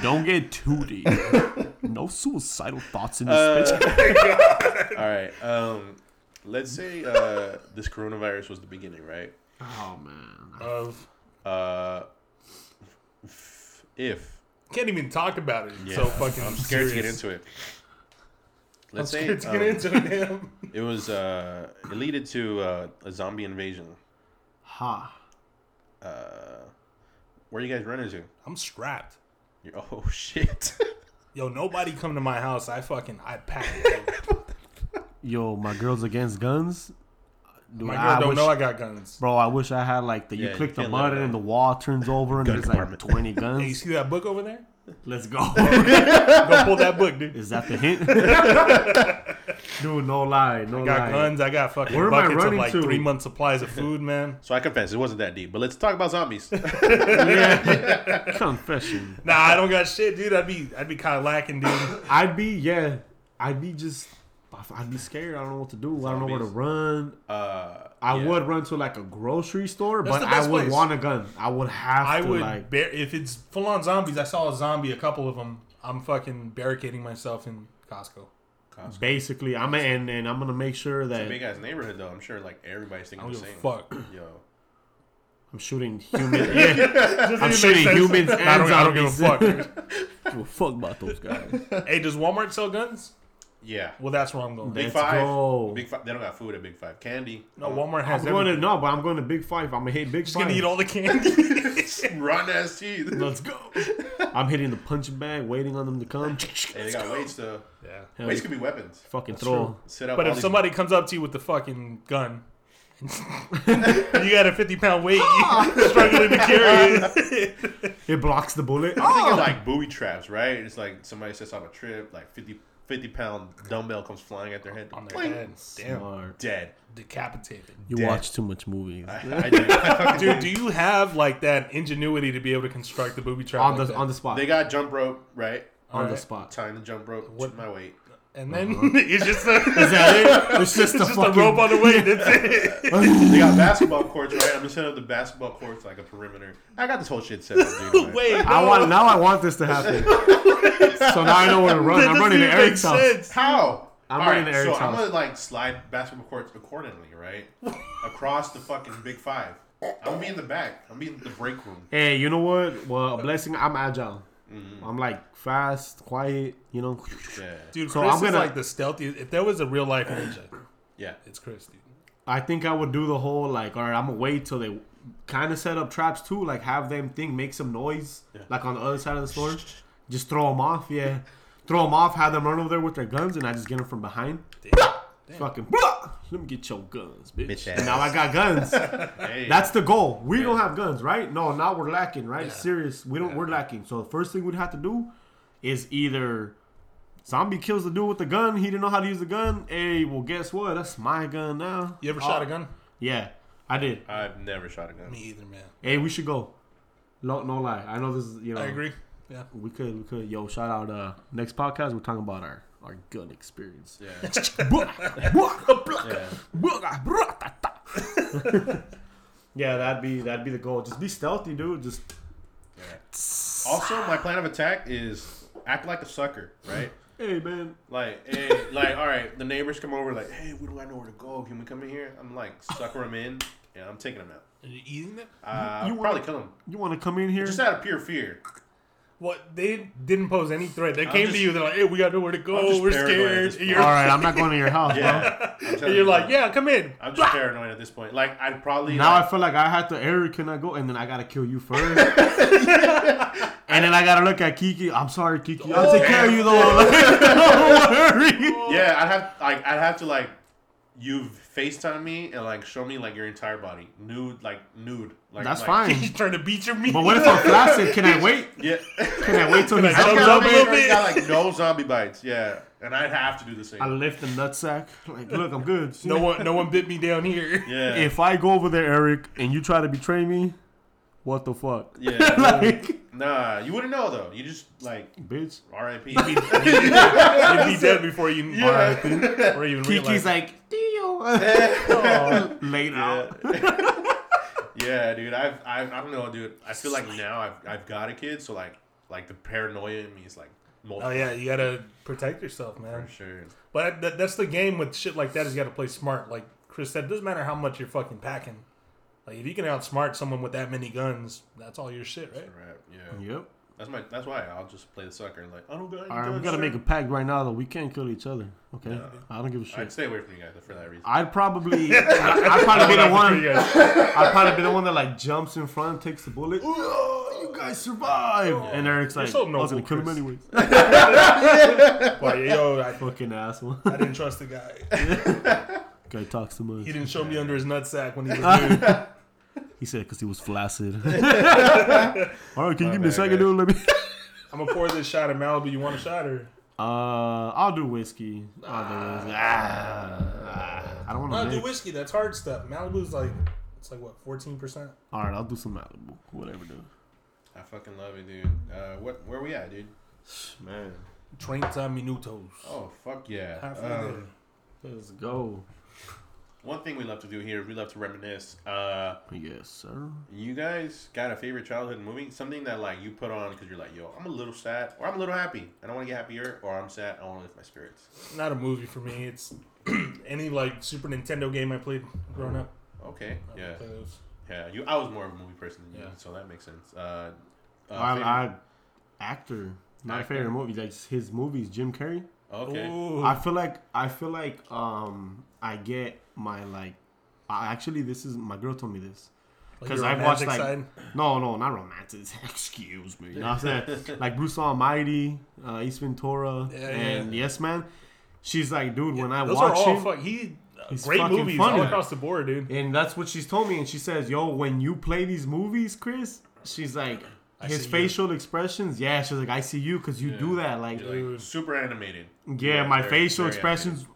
Don't get too deep. No suicidal thoughts in this
Uh,
bitch.
all right. Um, let's say uh, this coronavirus was the beginning, right?
Oh man.
Of-
Uh, f- if
Can't even talk about it.
Yeah.
So fucking. I'm
scared to get into it.
I'm
Let's
scared
say
to get
um,
into it. Damn.
it was uh, it leaded to uh, a zombie invasion.
Ha.
Uh, where you guys running to?
I'm strapped.
You're, oh shit!
Yo, nobody come to my house. I fucking I pack. bro.
Yo, my girls against guns. Dude,
My girl
I
don't
wish-
know I got guns.
Bro, I wish I had like the
Yeah,
you
you
click the
can't let it
button and
go.
the wall turns over and
Gun
there's
compartment.
like 20
Hey, you
guns.
see that book over there?
Let's go.
Go pull that book, dude.
Is that the hint? Dude, no lie, no
I got
lie.
guns. I got fucking
Where am I
buckets of
running
like
to?
three month supplies of food, man.
So I confess, it wasn't that deep. But let's talk about zombies.
Confession.
Nah, I don't got shit, dude. I'd be I'd be kind of lacking, dude.
I'd be yeah, I'd be just, I'd be scared. I don't know what to do. I don't know where to
Zombies.
run.
Uh,
I
yeah.
would run to like a grocery store,
That's
but
the best
I would
place.
want a gun. I would have
I
to
would
like.
bar- if it's full on zombies. I saw a zombie, a couple of them. I'm fucking barricading myself in Costco.
Basically, I'm gonna and, and I'm gonna make sure
It's a
that
big ass neighborhood though. I'm sure like everybody's
I
thinking
don't
the
give a
same.
fuck.
Yo,
I'm shooting humans. yeah,
Just
I'm
it makes
shooting
sense.
humans
I don't,
and
I don't give a
zombies.
fuck. dude.
Well, fuck about those guys.
hey, does Walmart sell guns?
yeah.
Well, that's where I'm going.
Big
Let's
five.
go.
Big five. They don't got food at Big Five. Candy.
no, Walmart has
I'm going to
everything.
no, but I'm going to Big Five. I'm gonna hit Big
Just
Five.
gonna eat all the candy.
Rotten ass teeth.
Let's go. I'm hitting the punch bag, waiting on them to come.
Hey, they got weights though.
yeah.
Hell,
Weights could be weapons.
fucking throw.
true.
Set up.
But
all
if
these-
somebody comes up to you with the fucking gun, and you got a 50 pound weight,
Ah.
you struggling to carry it.
It blocks the bullet. Oh!
I'm
Oh.
thinking like booby traps, right? It's like somebody sets off a trip, like 50, 50 pound dumbbell comes flying at their head.
On their
Boing.
head. Damn.
Dead.
Decapitated.
You
Dead.
watch too much movies.
I, I do. I fucking
Dude, do you have like that ingenuity to be able to construct the booby trap?
on
like
the
that?
on the spot.
They got jump rope, right?
on the
Alright.
spot.
Tying the jump rope.
What-
What my weight?
And then it's just a,
Uh-huh. Is that it? It's
it's
just a
just a
fucking.
rope on the way. That's it.
They got basketball courts, right? I'm just setting up the basketball courts like a perimeter. I got this whole shit set up, dude. Wait.
Wait,
I want now. I want this to happen. so now I know where to run. I'm running to Eric's house.
How?
I'm
All
running to Eric's
so I'm
house.
gonna like slide basketball courts accordingly, right? Across the fucking big five. I'm gonna be in the back. I'm gonna be in the break room.
Hey, you know what? Well, a blessing. I'm agile.
Mm.
I'm like fast, quiet. You know.
Yeah.
Dude,
So
Chris
I'm
is
gonna-
like the stealthiest. If there was a real life ninja,
Yeah.
it's Chris, dude.
I think I would do the whole like, all right, I'm gonna wait till they kind of set up traps too, like have them think make some noise, like on the other side of the store, just throw them off, yeah, throw them off, have them run over there with their guns, and I just get them from behind. Fucking, let me get your guns, bitch.
Bitch
And now I got guns.
Hey.
That's the goal. We don't have guns, right? No, now we're lacking, right? Serious, we don't. We're lacking. So the first thing we'd have to do is either zombie kills the dude with the gun. He didn't know how to use the gun. Hey, well, guess what? That's my gun now.
You ever
Oh,
shot a gun?
Yeah, I did.
I've never shot a gun.
Me either, man.
Hey, we should go. No, no lie. I know this is you know.
I agree. Yeah.
We could, we could. Yo, shout out. Uh, next podcast we're talking about our our gun experience.
Yeah.
Yeah, that'd be that'd be the goal. Just be stealthy, dude. Just
Also, my plan of attack is act like a sucker, right?
hey, man.
Like, hey, like, all right, the neighbors come over, like, hey, where do I know where to go? Can we come in here? I'm like, sucker them in, and I'm taking them out.
Are you eating it?
Uh,
You
you probably kill them.
You want to come in here?
Just out of pure fear.
What they didn't pose any threat. They came
just-
to you. They're like, "Hey, we got nowhere to
I'm
go.
just
We're
paranoid at
scared."
this
And
point.
you're,
All right, I'm not going to your house, bro.
Yeah. I'm telling
and you're
you,
like, "Yeah, come in."
I'm just paranoid at this point. Like, I'd probably.
Now
like,
I feel like I had to Eric, can I go? And then I gotta kill you first. And then I gotta look at Kiki. I'm sorry, Kiki. I'll take care of you though. Don't worry.
Yeah, I'd have like I'd have to like you FaceTime me and like show me like your entire body. Nude like nude. Like
That's
like-
fine.
He's trying to beat your meat.
But what if I'm flaccid? Can I wait?
Yeah.
Can I wait till he's
I
I
don't
up?
know.
got
zombie
make sure
bit.
you got like no zombie bites. Yeah. And I'd have to do the same.
I lift the nutsack. Like, look, I'm good.
no one, no one bit me down here.
yeah.
If I go over there, Eric, and you try to betray me, what the fuck?
yeah.
Like,
Nah, you wouldn't know though. You just like
bitch.
R.I.P.
You'd be dead before you, or even realize.
Kiki's like, deal. Laid out.
yeah, dude. I've, I've I don't know, dude. I feel like now I've I've got a kid, so like like the paranoia in me is like
"Oh
multiple
yeah, you gotta protect yourself, man."
for sure.
But that, that's the game with shit like that. Is you gotta play smart. Like Chris said, it doesn't matter how much you're fucking packing. Like if you can outsmart someone with that many guns, that's all your shit, right?
Right. Yeah.
Yep.
That's my. That's why I'll just play the sucker and like I don't got. any
All right, we
guns,
gotta
sir.
make a pact right now that we can't kill each other. Okay, I don't give a
I'd
shit.
stay away from you guys for that reason.
I'd probably, I'd probably be the
You
one.
guys-
I'd probably be the one that like jumps in front, takes the bullet. Oh, you guys survived! And Eric's
Oh. You're
like,
so
I was gonna
noble,
kill him
Chris.
anyways.
Like, yo, I,
Fucking asshole.
I didn't trust the guy.
Guy talks too much.
He didn't show me under his nutsack when he was new.
He said because he was flaccid. All right, can you give me a
bad,
second, dude? Let me.
I'm gonna pour this shot of Malibu. You want a shot or?
Uh, I'll do whiskey. I'll do whiskey. Ah, I don't want
No,
to
do
mix.
whiskey. That's hard stuff. Malibu's like, it's like what, 14 percent.
All right, I'll do some Malibu. Whatever, dude.
I fucking love it, dude. Uh, what? Where we at, dude?
Man,
30 minutos.
Oh fuck yeah!
Halfway
Um,
there.
let's go.
one thing we love to do here is we love to reminisce. Uh,
Yes, sir.
you guys got a favorite childhood movie? Something that like you put on because you're like, yo, I'm a little sad, or I'm a little happy, and I want to get happier, or I'm sad, I want to lift my spirits.
Not a movie for me. It's any like Super Nintendo game I played growing up.
Okay, yeah,
Play those.
yeah. You, I was more of a movie person than you,
Yeah.
so that makes sense. Uh, uh,
I,
favorite-
I actor. My
Actor.
favorite movie, like his movies, Jim Carrey.
okay,
I feel like I feel like um I get my like. I actually, this is my girl told me this.
Like
'Cause
your
I've watched,
romantic
like-
side.
No, no, not romantic. Excuse me. You know what I'm saying? like Bruce Almighty, uh, East Ventura,
Yeah,
and Yes Man. She's like, dude, when I
Those are
watch
all
him,
fuck. He uh,
he's
great
fucking
movies
funny.
all across the board, dude.
and that's what she's told me. And she says, yo, when you play these movies, Chris, she's like, his
see you.
facial expressions, yeah, she's like, I see you because you do that. Like,
You're, like super animated.
yeah,
Yeah,
my
very-
facial
very
expressions.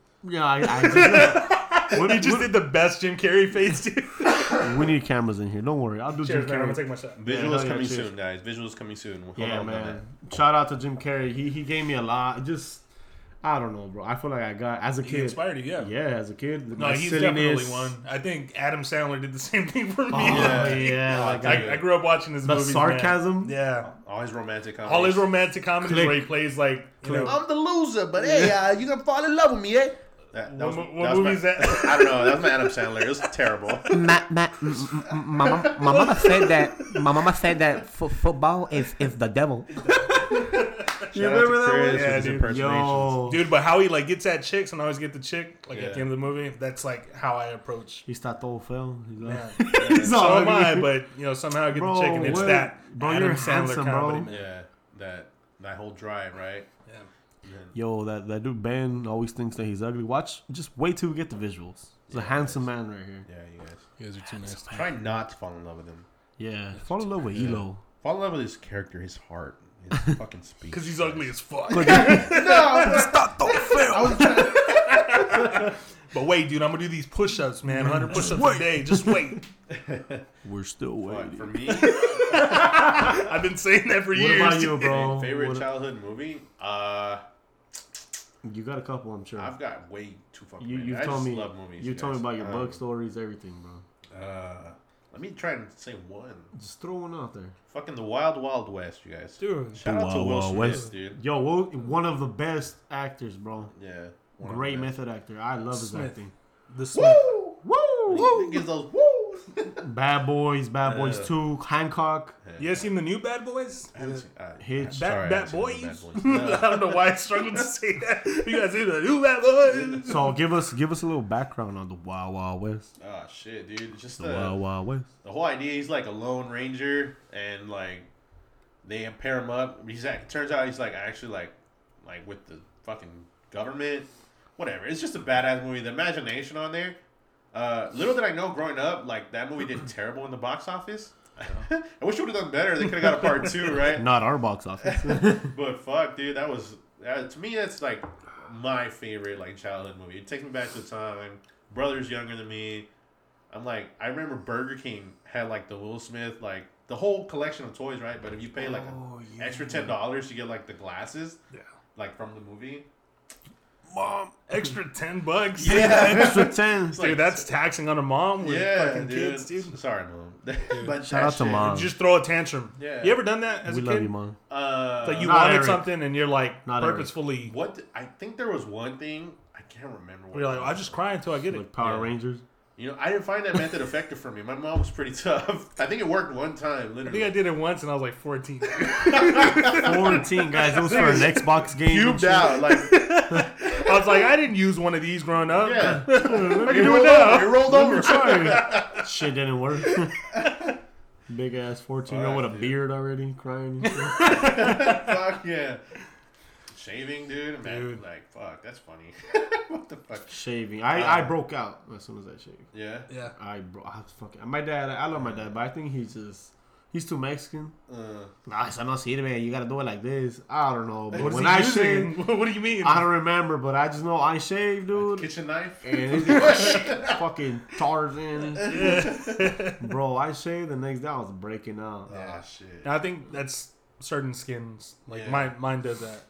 Yeah, I, I just, what,
He just
what-
did the best Jim Carrey face, dude.
we need cameras in here. Don't worry, I'll do
Cheers,
Jim
man. I'm gonna
Carrey.
take my shot.
Visuals
yeah,
coming
cheers.
soon, guys. Visuals coming soon. Hold
Yeah,
on,
man. Shout out to Jim Carrey. He he gave me a lot. Just I don't know, bro. I feel like I got as a
He
kid.
inspired you, yeah.
Yeah, as a kid.
No, he's definitely one. I think Adam Sandler did the same thing for me.
Oh, yeah,
Yeah.
yeah. Like,
I, I grew up watching his
the
movies.
sarcasm.
man. Yeah.
All his romantic comedies.
All his romantic comedies
Click.
where he plays like you
Click.
know.
I'm the loser, but hey, uh, you gonna fall in love with me, eh?
That, that
What,
was,
mo-
that
what
was
movie is
my,
that?
I don't know. That was my Adam Sandler. It was terrible.
my, my, m- m- my, mama, my mama said that my mama said that fo- football is, is the devil.
Shout out
remember
to
that one?
Chris with
Yeah,
his
dude.
impersonations.
Yo,
Dude, but how he like gets at chicks and always get the chick like at
Yeah.
the end of the movie. That's like how I approach.
he está todo feo. He's like,
Man.
He's
so
all
am I,
ugly.
but you know somehow I get
Bro,
the chick and it's
what-
that
bro,
Adam
you're
Sandler
handsome, bro.
comedy, man.
Yeah, that that whole drive, right?
Yo, that, that dude Ben always thinks that he's ugly. Watch, just wait till we get the visuals. He's a handsome man right here.
Yeah, you guys.
You guys are too nice.
Try not to fall in love with him.
Yeah, fall in love with Elo.
Fall in love with his character, his heart, his fucking speech.
Because he's ugly as fuck.
Stop, don't fail.
but wait, dude, I'm gonna do these push-ups, man. 100 push-ups a day. Just wait.
We're still
But
waiting.
for
What
me,
I've been saying that for years.
about you, bro?
favorite
What-
childhood movie. Uh,
you got a couple, I'm sure.
I've got way too fucking.
You
many.
you
I
told
just
me
love movies.
you told me
guys.
about your
Um,
bug stories, everything, bro.
Uh, let me try and say one.
Just throw one out there.
Fucking the Wild Wild West, you guys.
Dude.
Shout out to
Wild
Will
Wild
Smith,
West.
dude.
Yo, Wo- one of the best actors, bro.
Yeah. one of
Great
the best.
method actor. I love his
Smith.
acting.
The Smith.
Woo!
He gives those woo.
Bad Boys, Bad Boys
Yeah.
2, Hancock.
You guys seen the new Bad Boys?
I haven't seen- I-
Hitch.
I'm
Bad-
sorry, I haven't
Bad
seen
Boys?
Bad Boys. No.
I don't know why I struggled to say that. You guys see the new Bad Boys?
So give us give us a little background on the Wild Wild West.
Oh shit, dude! Just uh,
The Wild
the,
Wild West.
the whole idea. He's like a lone ranger, and like they pair him up. He's like, turns out he's like actually like like with the fucking government. Whatever. It's just a badass movie. The imagination on there. Uh, little did I know growing up, like that movie did terrible in the box office. I wish it would have done better. They could have got a part two, right?
Not our box office.
But fuck, dude, that was uh, to me. That's like my favorite like childhood movie. It takes me back to the time. Brother's younger than me. I'm like, I remember Burger King had like the Will Smith like the whole collection of toys, right? But if you pay like an
Oh,
extra ten dollars, you get like the glasses,
Yeah.
like from the movie.
Mom, extra 10 bucks.
Yeah,
Extra 10.
Dude, that's taxing on a mom with
yeah,
fucking
dude.
kids, dude.
Sorry, mom. but
Shout
that
out to
shit-
mom.
Just throw a tantrum.
Yeah.
You ever done that as
We
a
love
kid?
you, man.
Uh,
Like you
Not
wanted
Eric.
something and you're like
Not Eric.
purposefully.
what? I think there was one thing I can't remember. What
You're like,
it
"Oh,
was.
I just cry until I get it.
Like Power
Yeah.
Rangers.
You know, I didn't find that method effective for me. My mom was pretty tough. I think it worked one time,
I think
literally.
I did it once and I was like 14.
14, guys. It was for an Xbox game. and
Cubed
shit.
out, like
I was like, I didn't use one of these growing up.
yeah.
I
It
can do it
rolled
now.
over. It rolled over.
Shit didn't work. Big ass 14 year old with a
Fuck, dude.
beard already crying.
Fuck yeah. shaving, dude. Man, like fuck, that's funny. what the fuck?
Shaving. I, I broke out as soon as I shaved.
Yeah.
Yeah.
I bro, I was fucking. My dad, I love my dad, but I think he's just. He's too Mexican.
Uh,
Nah, eso no sirve. You gotta do it like this. I don't know. But
What is
when
he
I
using?
shave,
what do you mean?
I don't remember. But I just know I shaved, dude.
kitchen knife.
And it's just fucking Tarzan. Bro, I shaved the next day. I was breaking out.
Ah shit.
I think that's certain skins. Like
Yeah.
mine, mine does that.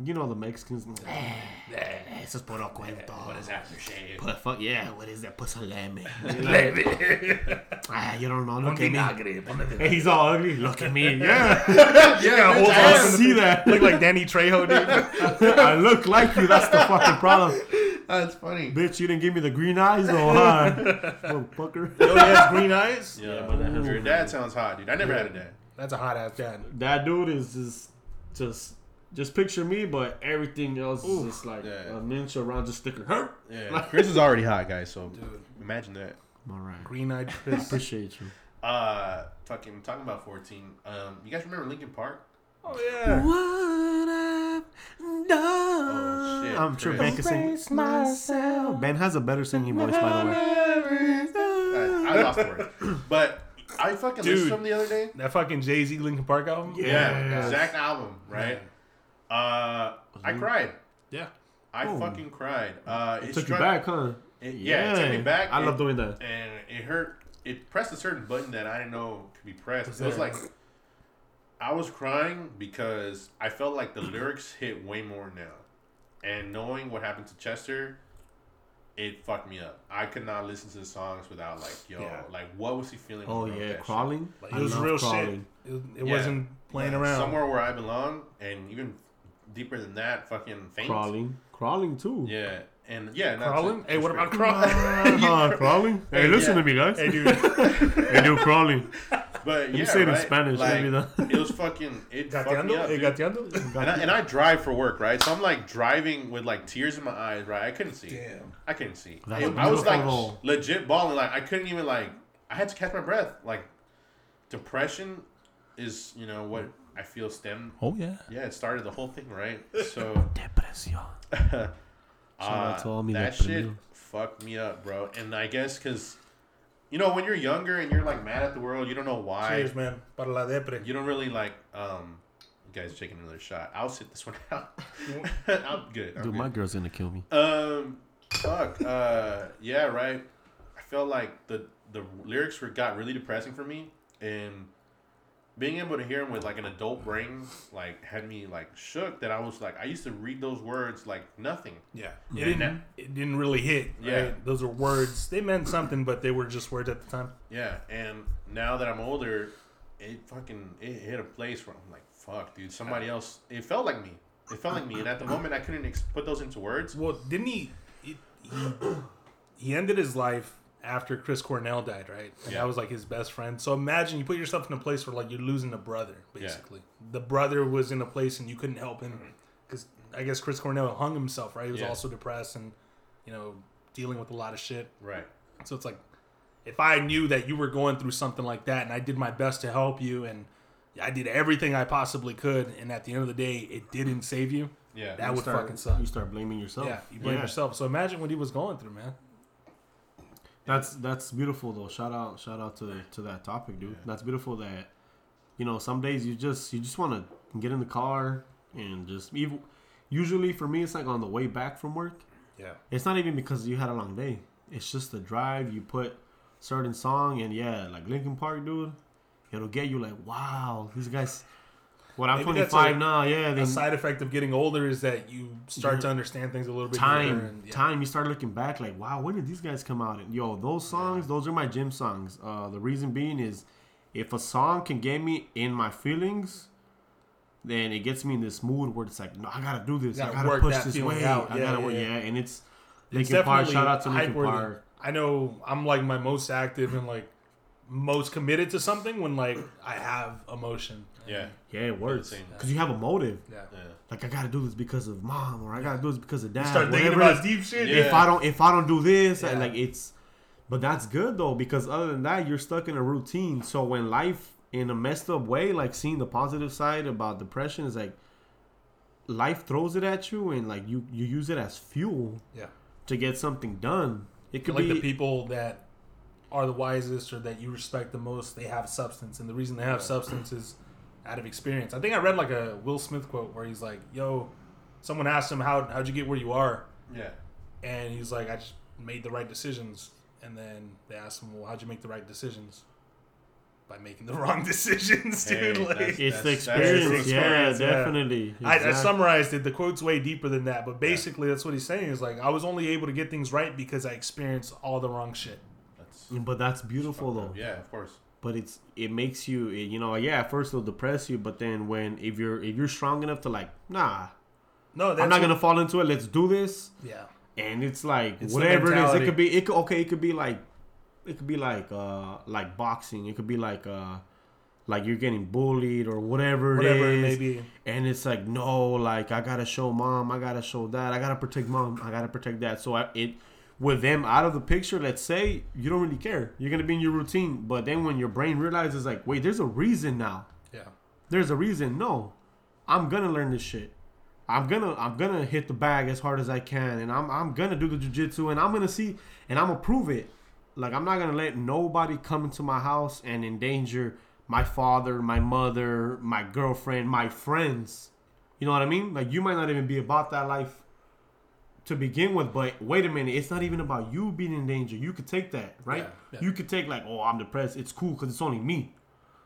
You know the Mexicans.
Eso es puro cuento.
What is aftershave?
But fuck yeah, what is that? Put some lemon.
Ah, you don't know. Look at me.
Vinagre. ponete-
And he's all ugly. Look at me. Yeah.
yeah, bitch,
I
I am.
see that.
Look like Danny Trejo, dude.
I look like you. That's the fucking problem.
That's funny.
Bitch, you didn't give me the green eyes though, huh? Motherfucker.
Yo, he has green eyes.
Yeah, your dad sounds hot, dude. I never had a dad.
That's a hot ass dad.
That dude is just, just, just picture me, but everything else is just like
Yeah.
a miniature round just sticker. Huh?
Yeah, Chris is already hot, guys. So imagine that.
All right.
Green eyed Chris.
Appreciate you.
Uh, fucking talking about fourteen. Um, you guys remember Lincoln Park?
oh yeah.
What I've done.
Oh shit,
I'm sure Ben
Chris.
can sing. Myself. Ben has a better singing voice, by the way.
I, I lost words, but I fucking listened
Dude.
to him the other day.
That fucking Jay Z Linkin Park album.
Yeah.
Yeah, exact album, right? Uh, I cried.
Yeah.
I fucking cried. Uh, it,
Oh. Took
struck-
you back, huh?
it- yeah, it took me back.
I
It-
love doing that.
and it hurt. It pressed a certain button that I didn't know could be pressed. it was like I was crying because I felt like the lyrics hit way more now, and knowing what happened to Chester, it fucked me up. I could not listen to the songs without like, yo,
Yeah.
like what was he feeling? when
Oh
he wrote
yeah,
that shit?
crawling.
Like,
I
it was
love
real
crawling.
shit. It, it
Yeah.
wasn't playing around.
somewhere where I belong, and even deeper than that, fucking faint.
Crawling, crawling too.
Yeah, and yeah, not to-
Crawling? Hey, what about
Chris-
crawling?
Uh-huh, crawling. Hey, listen
yeah.
to me, guys.
hey, dude.
Hey, dude, crawling.
But yeah,
say it in
right?
Spanish,
Like,
maybe the-
it was fucking. It fucked me
Gateando?
up.
Hey,
dude.
gateando?
and I, and I drive for work, right? So I'm like driving with like tears in my eyes, right? I couldn't see. Damn. I couldn't see.
That's
It- I was like
beautiful.
legit balling. Like I couldn't even like. I had to catch my breath. Like depression is, you know, what I feel stemmed.
Oh yeah.
Yeah, it started the whole thing, right? So
Depresión.
out to all
uh,
me
that
that
shit
produce.
fucked me up, bro. And I guess because, you know, when you're younger and you're like mad at the world, you don't know why.
Cheers, man. Para la depre.
You don't really like. um You guys taking another shot? I'll sit this one out. I'm good. I'm
Dude,
good.
my girl's gonna kill me.
Um, fuck. Uh, yeah, right. I felt like the the lyrics were got really depressing for me, and being able to hear them with like an adult brain like had me like shook that I was like I used to read those words like nothing.
Yeah. It didn't, it didn't really hit.
Yeah.
right? Those are words. They meant something, but they were just words at the time.
Yeah, and now that I'm older, it fucking it hit a place where I'm like, fuck, dude, somebody else. It felt like me. It felt like me, and at the moment I couldn't ex- put those into words.
Well, didn't he? He, he- he ended his life after Chris Cornell died, right? And
Yeah.
that was like his best friend. So imagine you put yourself in a place where like you're losing a brother, basically. The brother was in a place and you couldn't help him because I guess Chris Cornell hung himself, right? He was
Mm-hmm. Yeah.
also depressed and you know dealing with a lot of shit.
Right.
So it's like if I knew that you were going through something like that and I did my best to help you and I did everything I possibly could, and at the end of the day, it didn't save you.
Yeah.
that
You
would
start-
fucking suck.
You start blaming yourself.
Yeah, you blame yourself. So imagine what he was going through, man.
That's that's beautiful though. Shout out, shout out to to that topic, dude. That's beautiful that you know some days you just you just want to get in the car and just even. Usually for me, it's like on the way back from work.
Yeah.
It's not even because you had a long day. It's just the drive. You put certain song and yeah, like Linkin Park, dude. It'll get you like, wow, these guys. What I'm
Maybe that's
25
a-
now, yeah. They,
The side effect of getting older is that you start to understand things a little bit.
time
deeper and, yeah.
time you start looking back like wow when did these guys come out and yo those songs those are my gym songs uh the reason being is if a song can get me in my feelings then it gets me in this mood where it's like no i gotta do this i
Gotta
gotta
work
push
that
this
feeling
way
out.
i
Yeah,
gotta
yeah,
work yeah,
yeah.
and it's
It's
Linkin Park,
definitely
shout out to Linkin
hype-worthy.
Park.
I know I'm like my most active and like most committed to something when like I have emotion.
Yeah.
yeah it works
Same.
because you have a motive
Yeah.
Yeah.
like i gotta do this because of mom or i gotta do this because of dad
Start thinking
whatever it is.
about deep shit.
Yeah.
if I don't if I don't do this, I-
Yeah.
like it's but that's good though, because other than that, you're stuck in a routine. So when life in a messed up way, like seeing the positive side about depression is like life throws it at you and like you you use it as fuel
Yeah.
to get something done. It could
like
be
the people that are the wisest or that you respect the most, they have substance, and the reason they have substance is out of experience. I think I read like a Will Smith quote where he's like, "Yo," someone asked him how how'd you get where you are,
Yeah.
and he's like, "I just made the right decisions." And then they asked him, "Well, how'd you make the right decisions?" By making the wrong decisions, dude.
Hey,
like,
that's-
it's the
That's- that's
experience.
the
yeah,
experience, yeah.
definitely.
I, I
Exact-
summarized it. The quote's way deeper than that, but basically, that's what he's saying. Is like, I was only able to get things right because I experienced all the wrong shit.
That's-
but that's beautiful though.
yeah, of course.
But it's it makes you it, you know yeah at first it'll depress you but then when if you're if you're strong enough to like nah
No, that's
I'm not
what-
gonna fall into it let's do this
Yeah,
and it's like
It's the
whatever it is it
mentality.
could be it could, okay it could be like it could be like uh like boxing it could be like uh like you're getting bullied or whatever,
whatever
it
it
is
may be.
and it's like no like i gotta show mom i gotta show dad i gotta protect mom i gotta protect dad so I, it with them out of the picture let's say you don't really care you're gonna be in your routine but then when your brain realizes like wait there's a reason now
Yeah.
there's a reason no i'm gonna learn this shit i'm gonna i'm gonna hit the bag as hard as i can and i'm, I'm gonna do the jiu-jitsu and i'm gonna see and i'm gonna prove it like i'm not gonna let nobody come into my house and endanger my father my mother my girlfriend my friends you know what i mean like you might not even be about that life to begin with but wait a minute it's not even about you being in danger you could take that right
Yeah, yeah.
you could take like oh i'm depressed it's cool because it's only me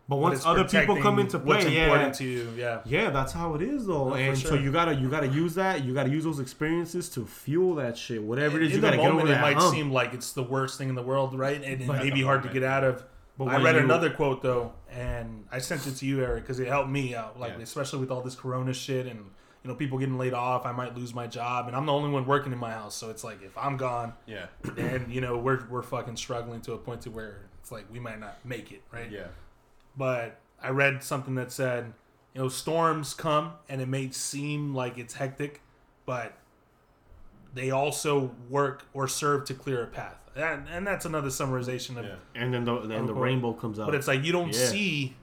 but
But
once
it's
other people
protecting
come into play
what's
yeah,
important to you. Yeah,
yeah, that's how it is though.
No, for
and so
sure.
you gotta you gotta use that. You gotta use those experiences to fuel that shit. Whatever it is,
in
you
the
gotta get over
moment, it
that
might
hump.
seem like it's the worst thing in the world, right? And it
But-
may be hard to get out of.
But
I
when
read
you-
another quote though, and I sent it to you, Eric, because it helped me out. Like
Yeah.
especially with all this Corona shit and you know people getting laid off, I might lose my job, and I'm the only one working in my house. So it's like if I'm gone,
Yeah.
then you know we're we're fucking struggling to a point to where it's like we might not make it, right?
Yeah.
but I read something that said, you know, storms come and it may seem like it's hectic, but they also work or serve to clear a path. And, and that's another summarization of
Yeah.
and then the then the
Unquote.
rainbow comes out.
But it's like you don't
Yeah.
see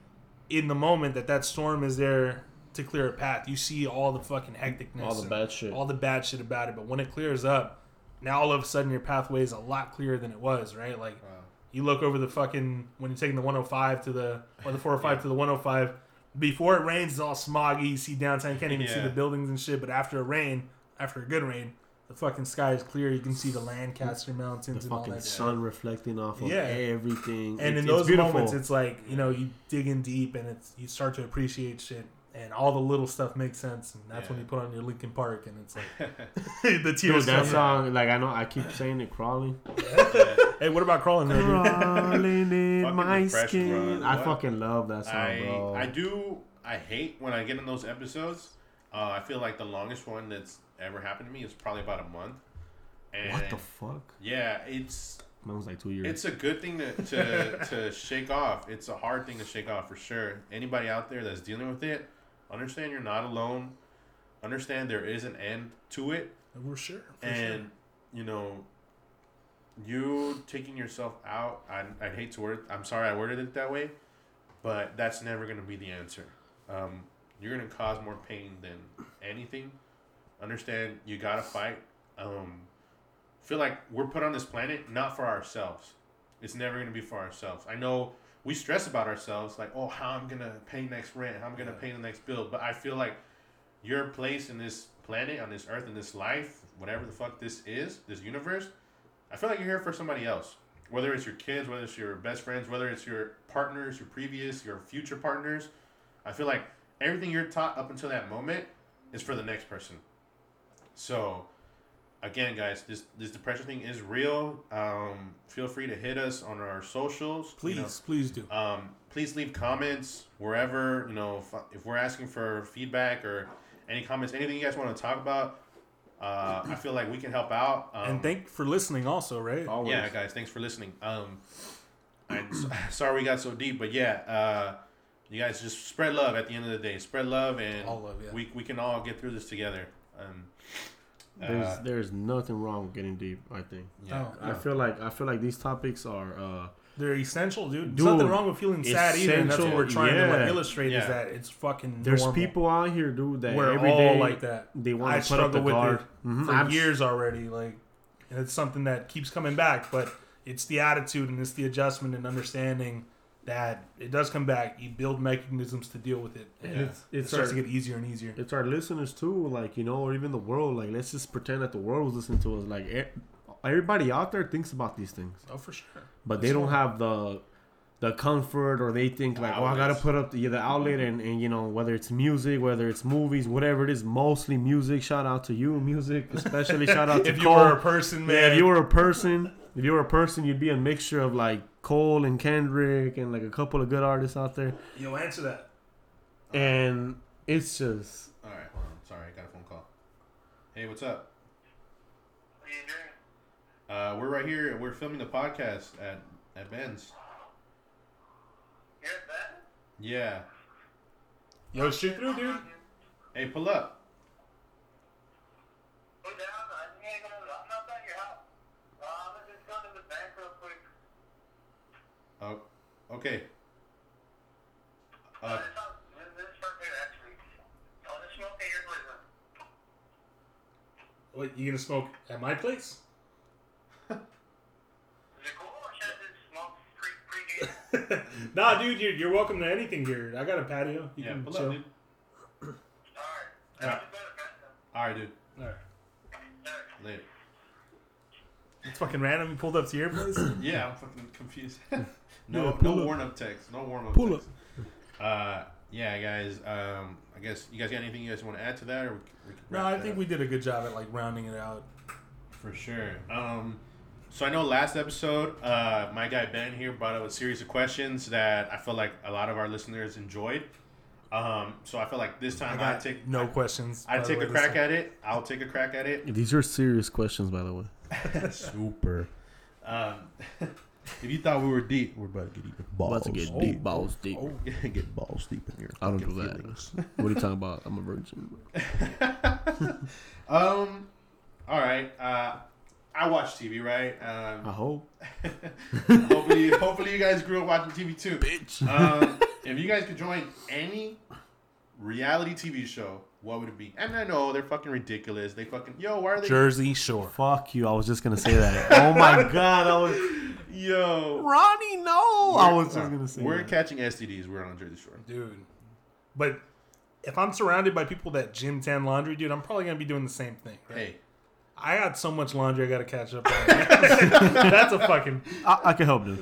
in the moment that that storm is there to clear a path. You see all the fucking hecticness,
All the
and
bad shit.
all the bad shit about it. But when it clears up, now all of a sudden your pathway is a lot clearer than it was, right? Like
uh,
you look over the fucking when you're taking the 105 to the or the 405 to the 105. Before it rains, it's all smoggy. You see downtown, you can't even see
Yeah.
the buildings and shit. But after a rain, after a good rain, the fucking sky is clear. You can see the Lancaster Mountains
the
and all
fucking
that shit
sun reflecting off of
Yeah.
everything.
and
It's-
in
it's
those
beautiful.
moments it's like you know you dig in deep and it's you start to appreciate shit and all the little stuff makes sense and that's when
Yeah.
you put on your Linkin Park and it's like the
Dude,
tears
that
come.
song, like I know, I keep saying it, crawling,
hey what about crawling there, dude?
crawling in
Fucking
my
depression,
skin.
bro.
I
What?
fucking love that song,
I
bro.
I do. I hate when I get in those episodes. Uh, I feel like the longest one that's ever happened to me is probably about a month. And
what the fuck?
yeah, it's
Mine was like two years.
it's a good thing to, to to shake off. It's a hard thing to shake off for sure. Anybody out there that's dealing with it, understand you're not alone. Understand there is an end to it.
we're sure for
and you know you taking yourself out I, I hate to word i'm sorry i worded it that way but that's never going to be the answer um, you're going to cause more pain than anything understand you gotta fight um, feel like we're put on this planet not for ourselves it's never going to be for ourselves i know we stress about ourselves like oh how i'm going to pay next rent how i'm going to pay the next bill but i feel like your place in this planet, on this earth, in this life, whatever the fuck this is, this universe, I feel like you're here for somebody else. Whether it's your kids, whether it's your best friends, whether it's your partners, your previous, your future partners, I feel like everything you're taught up until that moment is for the next person. So, again, guys, this this depression thing is real. Um, feel free to hit us on our socials. you
please
know.
please do
Um, please leave comments wherever you know if, if we're asking for feedback or any comments, anything you guys want to talk about. Uh, I feel like we can help out. Um,
and thank you for listening also right
Always.
yeah, guys, thanks for listening. Um, I'm s- sorry we got so deep, but yeah, uh, you guys just spread love. At the end of the day, spread love, and
All love, yeah.
we we can all get through this together. Um,
There's
Uh,
there's nothing wrong with getting deep. I think.
Yeah.
I feel like I feel like these topics are uh,
They're essential, dude. There's
Dude,
nothing wrong with feeling sad either. And that's what
essential,
we're trying to like,
yeah.
illustrate
Yeah.
is that it's fucking.
there's
normal.
people out here, dude, that
We're
every
all
day
like that.
they
I
want to put
struggle
up the
with
guard.
it
Mhm.
for
I've-
years already. Like, and it's something that keeps coming back. But it's the attitude and it's the adjustment and understanding that it does come back. You build mechanisms to deal with it, and
Yeah.
it's, it
It's
starts
our-
to get easier and easier.
It's our listeners too, like you know, or even the world. Like let's just pretend that the world was listening to us. Like e- everybody out there thinks about these things,
Oh, for sure.
but they don't have the the comfort, or they think like, oh, I gotta
outlets.
put up the, yeah, the outlet, and, and you know whether it's music, whether it's movies, whatever it is, mostly music. Shout out to you, music, especially shout out to
If you
Cole.
were a person, man,
Yeah, if you were a person, if you were a person, you'd be a mixture of like Cole and Kendrick and like a couple of good artists out there.
you'll answer that.
And it's just
All right, hold on. Sorry, I got a phone call. Hey, what's up? Uh, we're right here. We're filming the podcast at at Ben's. Yeah.
Yo, shoot through, dude.
Hey, pull up. Oh, okay. Uh,
What you gonna smoke at my place? Nah, dude, you're, you're welcome to anything here. I got a patio. You
yeah,
can
pull
Mm, chill.
up, dude. All right, dude.
All right.
Later.
It's fucking random. You pulled up to your place.
Yeah, I'm fucking confused. no, no warm up text. No warm up. Pull text. up. Uh, yeah, guys. Um, I guess you guys got anything you guys want to add to that, or we, can- we can
no,
wrap
I
that
think
up?
we did a good job at like rounding it out.
For sure. Um, so I know last episode, uh, my guy Ben here brought up a series of questions that I feel like a lot of our listeners enjoyed. Um, so I feel like this time I, take
no questions.
I
by the
take
way,
a
this
crack
time.
at it. I'll take a crack at it.
these are serious questions, by the way.
Super. Um, if you thought we were deep, we're about to get even Oh,
About
Oh,
to get deep, balls deep.
get balls deep in here.
I don't do that. What are you talking about? I'm a virgin.
Um, all right. Uh, I watch TV, right? Um,
I hope.
Uh-huh.
hopefully, hopefully you guys grew up watching TV too. Bitch. Um, if you guys could join any reality TV show, what would it be? And I know they're fucking ridiculous. They fucking yo, why are they?
Jersey Shore.
Fuck you. I was just gonna say that. oh my god. I was
Yo,
Ronnie. No, I
We're-
was just gonna say.
We're
that.
catching STDs. We're on Jersey Shore.
Dude. But if I'm surrounded by people that gym tan laundry, dude, I'm probably going to be doing the same thing. Right?
Hey,
I got so much laundry I got to catch up on. That's a fucking.
I, I can help them.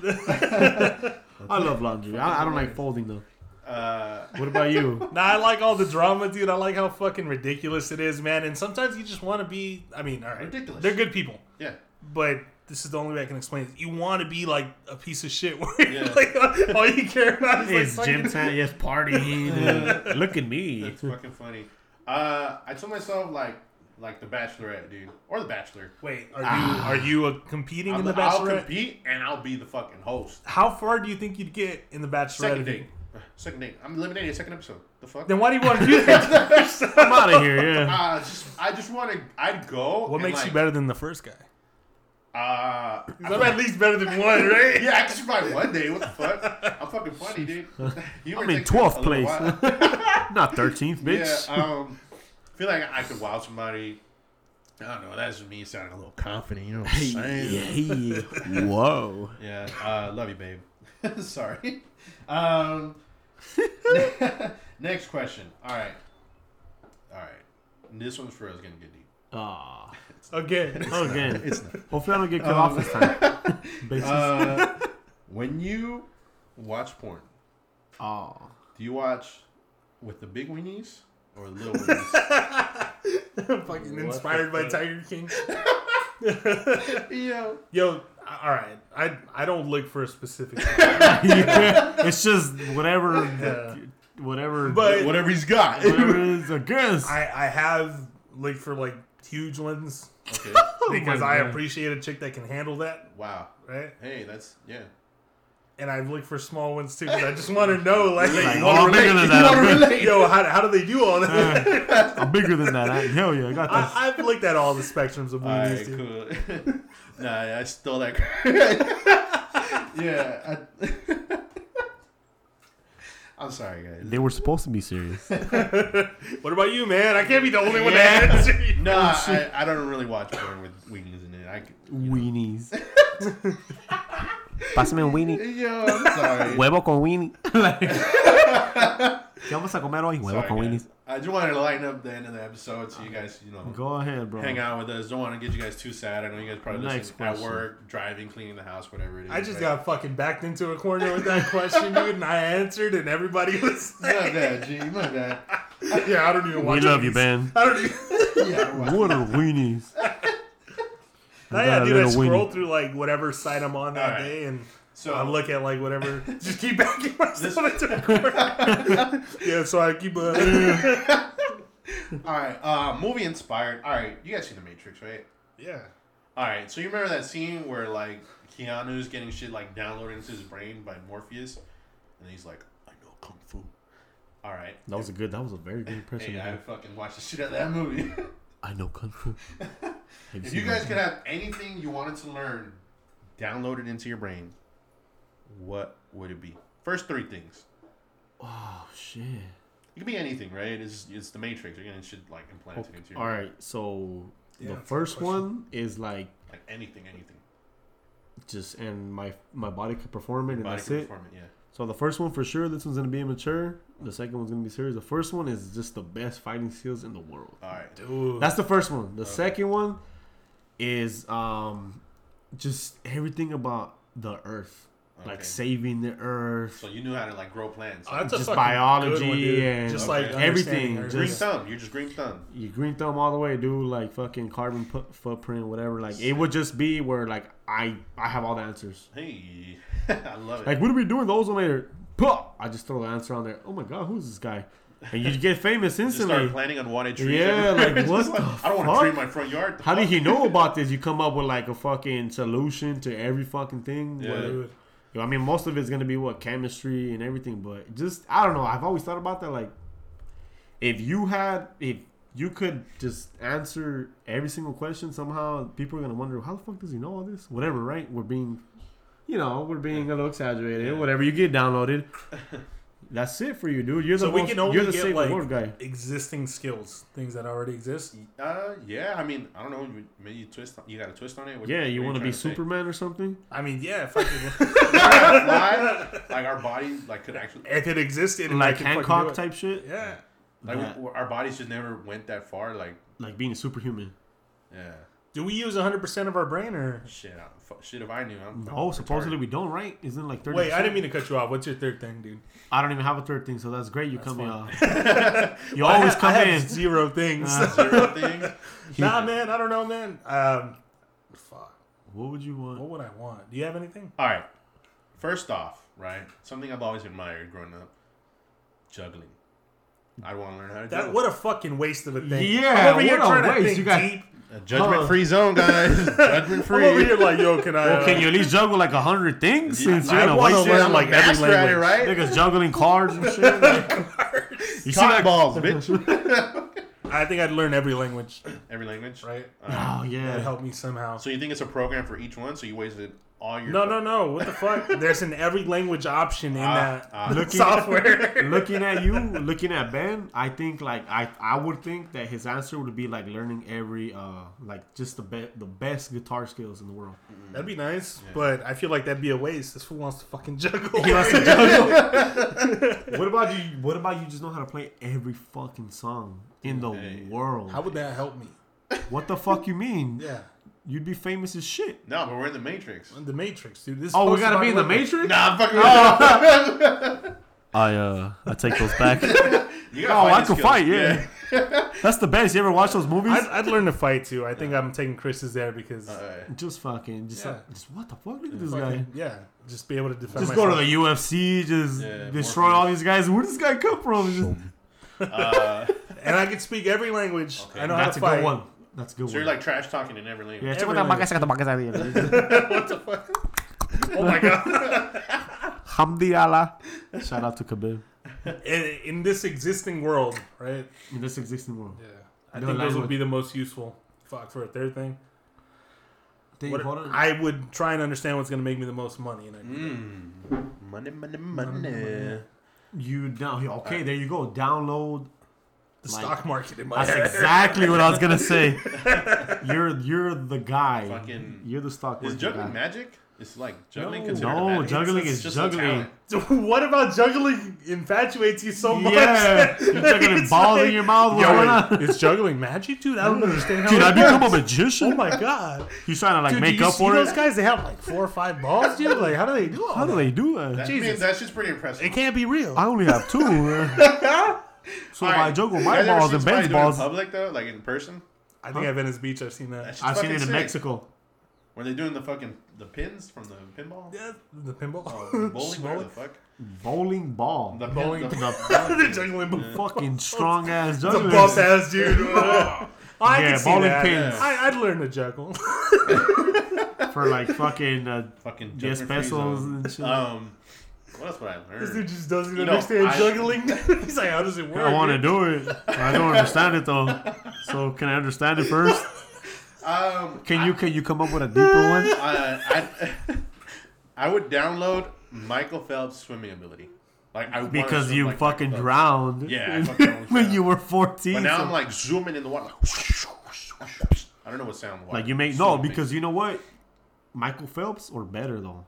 I love laundry. I, I don't like folding though.
uh,
What about you?
Nah, I like all the drama, dude. I like how fucking ridiculous it is, man. And sometimes you just want to be. I mean, all right.
Ridiculous.
They're good people.
yeah.
but this is the only way I can explain it. You want to be like a piece of shit where you're,
Yeah.
like, all you care about is
It's
like
gym
fucking-
time. Yes, partying. Look at me.
It's fucking funny. Uh, I told myself like, like the Bachelorette, dude, or the Bachelor.
Wait, are you are you uh, competing
I'm
in the
the- I'll
Bachelorette?
compete and I'll be the fucking host.
How far do you think you'd get in the Bachelorette?
Second
if you-
date. Second date. I'm eliminated. Second episode. The fuck.
Then why do you want to do that?
I'm out of here. Yeah.
Uh, just I just want to. I'd go.
what
and,
makes you
like,
better than the first guy?
Uh,
I'm at least better than one, right?
yeah, I can survive one day. What the fuck? I'm fucking funny, dude. You
I'm
were
in
texting
12th
a little
place.
while.
Not 13th,
yeah.
bitch.
Um, I feel like I could wow somebody. I don't know. That's just me sounding a little confident. You know what I'm saying?
Yeah. Whoa.
Yeah, uh, love you, babe. Sorry. Um, next question. All right. All right. This one's for us going to get deep.
Aw.
Again,
Again. Hopefully I don't get cut off this time. Basis.
Uh, when you watch porn,
Aw.
do you watch with the big weenies or the little weenies?
fucking inspired by Tiger King.
Yo.
Yo, a- all right, I I don't look for a specific,
Yeah, it's just whatever, whatever,
but
Whatever he's got.
whatever is a guess.
I I have looked for like huge ones
okay.
because
Oh my
I
God.
appreciate a chick that can handle that,
Wow.
right?
Hey, that's yeah.
and I look for small ones too because I just want to know like,
Like,
you
oh, I'm
wanna
bigger than
relate.
that. I'm, big-
yo how, how do they do all that?
I'm bigger than that. I, hell yeah, I got this.
I, I've looked at all the spectrums of
All
movies.
right,
dude.
cool. nah, I stole that. yeah. I... I'm sorry, guys.
They were supposed to be serious.
What about you, man? I can't be the only one to
Yeah.
answer. You.
No, I, I don't really watch porn with wings in it. I c-
Weenies.
Pásame un weenie.
yo, I'm sorry.
Huevo con weenie. ¿Qué vamos a comer hoy? Huevo
Sorry,
con
guys.
weenies.
I just wanted to lighten up the end of the episode so you guys, you know,
Go ahead, bro.
hang out with us. Don't want to get you guys too sad. I know you guys probably
Next
listen at
question.
work, driving, cleaning the house, whatever it is.
I just
right?
got fucking backed into a corner with that question, dude, and I answered, and everybody was
My
like,
bad, G. My bad.
"Yeah, I don't even
We
watch."
love you,
movies.
Ben.
I don't even.
Yeah, well,
What are weenies?
Nah,
got
yeah,
a
dude, I
little
scroll
weenie.
through like whatever site I'm on that
All right.
day, and
so
I look at like whatever. Just keep backing myself into a corner. yeah, so I keep. Uh,
All right, uh, movie inspired. All right, you guys seen The Matrix, right?
yeah.
All right, so you remember that scene where like Keanu's getting shit like downloaded into his brain by Morpheus, and he's like, "I know kung fu." All right,
That was a good. That was a very good impression.
hey,
of
I
him.
fucking watched the shit out of that movie.
I know kung fu.
Have
if
seen
you guys
that?
could have anything you wanted to learn downloaded into your brain, what would it be? First three things.
oh shit.
It could be anything, right? It's it's the Matrix. You're getting shit like implanted into your
All right, so the
that's a good
first
question.
one is like
like anything, anything.
just and my my body could perform it, and
Body
that's
can
it.
perform it. Yeah.
So the first one for sure. This one's gonna be immature. The second one's gonna be serious. The first one is just the best fighting skills in the world.
All right.
Dude.
That's the first one. The second one is um just everything about the earth,
Okay.
like saving the earth.
So you knew how to like grow plants.
Oh, that's
Just
fucking good
biology
dude.
and
just
okay.
like understanding
everything,
her.
green
just-
thumb. You're just green thumb.
you green thumb all the way, dude. Like fucking carbon pu- footprint, whatever. Like it would just be where like I I have all the answers.
Hey, I love it.
Like what are we doing the ozonator? Puh! I just throw the answer on there. Oh my god, who's this guy? And you get famous
just start
instantly.
planting unwanted trees.
Yeah,
everywhere.
like,
It's
what
just
the
I don't want to tree in
fuck?
my front yard.
How did he know about this? You come up with like a fucking solution to every fucking thing.
Yeah.
what-
Dude.
You know, I mean, most of it's gonna be what chemistry and everything, but just I don't know. I've always thought about that. Like, if you had, if you could just answer every single question somehow, people are gonna wonder how the fuck does he know all this? Whatever, right? We're being, you know, we're being a little exaggerated.
Yeah.
Whatever you get downloaded, that's it for you, dude. You're the
So we
most,
can only
you're the
get,
save
like-
the world guy.
Existing skills, things that already exist.
Uh, yeah. I mean, I don't know. you- Maybe you twist. You got to twist on it. What-
Yeah,
what are
you want to
trying
be
say?
Superman or something?
I mean, yeah, fucking,
Fly? like our body, like could actually,
if it existed, and I
Like
could fucking do
Hancock
it.
type shit,
Yeah.
like
That-
we- our bodies just never went that far. Like,
like being a superhuman.
yeah.
Do we use 100% of our brain or?
Shit. I, fu- shit. If I knew. I'm
Oh, supposedly we don't, right? Isn't it like thirty?
Wait, I didn't mean to cut you off. What's your third thing, dude?
I don't even have a third thing, so that's great. You come in.
fine.
uh, you always
I
come
have
in.
zero things.
Uh,
zero thing.
nah, man, I don't know, man. Um, fuck.
what would you want?
What would I want? Do you have anything?
All right. First off, right? Something I've always admired growing up: juggling. I want to learn how to
That
juggle.
what a fucking waste of a thing.
Yeah,
I'm over here
what
trying
a
to
waste.
think
You got-
deep.
A judgment-free zone, guys.
I'm
judgment-free.
over here like, yo, can I?
Well,
uh,
can you at least juggle like a hundred things
Yeah,
since
I
you're gonna
wanna
waste it
learn,
on
I'm
like
a
every
master at it,
language?
right?
Niggas juggling cards and shit. like- you see
Cotton
that?
balls, bitch.
I think I'd learn every language,
Every language.
right?
Oh
That'd
yeah.
help me somehow.
So you think it's a program for each one? So you wasted all your.
No, no, no. What the fuck? There's an every language option in
Ah,
that
ah.
Looking-
software.
Looking at you, looking at Ben, I think like I I would think that his answer would be like learning every uh like just the be- the best guitar skills in the world.
That'd be nice, but I feel like that'd be a waste. This fool wants to fucking juggle.
What about you? What about you? Just know how to play every fucking song in the
Hey.
world.
How would that help me?
What the fuck you mean?
Yeah,
You'd be famous as shit.
No, but we're in the Matrix.
The Matrix, dude. This
Oh, we
post
gotta
about
be in the
living.
Matrix.
Nah, I'm fucking.
I uh, I take those back.
You
Oh,
gotta
I
these
can
skills.
fight. Yeah, that's the best. You ever watch those movies?
I'd, I'd learn to fight too. I think I'm taking Chris's there because
Uh,
All right.
just fucking, just,
Yeah.
like, just what the fuck? Look at this guy.
fucking- yeah, just be able to defend.
Just go
myself.
to the UFC. Just
Yeah,
destroy
Morpheus.
all these guys. Where this guy come from? It's Just,
Uh,
and I can speak every language.
Okay.
I know how
that's
to
a
fight.
good one. That's a good
so you're
one.
like trash talking in every language.
yeah, check
every
out
language.
that manga, check out the manga.
Oh my god!
Hamdi Allah. Shout out to Khabib.
in, in this existing world, right?
In this existing world.
Yeah, I
No
think those would
language.
be the most useful. Fuck for a third thing. What-
What- Hmm?
I would try and understand what's going to make me the most money, and I
Money, money, money.
you down? Okay, there you go. Download.
the
Like-
stock market in my
That's
head.
exactly what I was gonna say. You're you're the guy.
Fucking-
You're the stock.
Is
market
juggling
guy.
magic? It's like juggling
No.
considered
No,
magic?
juggling
It's-
is
it's just a
juggling.
talent.
what about juggling infatuates you so much?
Yeah, you're juggling
It's
balls in
like-
your mouth. What's going on?
is juggling magic, dude? I don't understand how.
Dude, I
it works.
become a magician.
Oh my god!
He's trying to like
Dude, do
make
you
up
see
for
those
it.
guys? They have like four or five balls, dude. Like, how do they do all
How do
that?
they do that?
That,
Jesus.
Man, that's just pretty impressive.
It can't be real.
I only have two. man. so if I
Alright,
juggle
you
my
guys ever
balls
seen
and
somebody
Ben's
do it
balls.
In public though, like in person,
I think at Venice Beach, I've seen that.
That's
I've seen
fucking
it in
sick.
Mexico.
When they're doing the fucking the pins from the pinball,
Yeah, the pinball,
oh, bowling, whatever the fuck,
Bowling ball.
the
Bowling-
pin,
the juggling, ball.
fucking strong ass
the
juggling.
bump ass dude. I
Yeah,
can see
bowling
that.
pins.
I, I'd learn to juggle.
for like fucking uh,
fucking
yes
juggling free
pesos
zone.
and shit.
Um, what else would I
This dude
learn?
just doesn't
You know,
understand
I-
juggling. He's like, how does it work?
I want to
dude?
do it. I don't understand it though. So can I understand it first?
Um,
Can you can you come up with a deeper one?
I, I, I would download Michael Phelps' swimming ability. Like I wanna
Because
swim
you
like Michael
fucking
Phelps.
drowned.
Yeah, I fucking almost
when
drowned.
you were fourteen.
But now
so-
I'm like zooming in the water. I don't know what sound. the water
Like you make
makes.
no
Zooming.
because you know what, Michael Phelps or better though.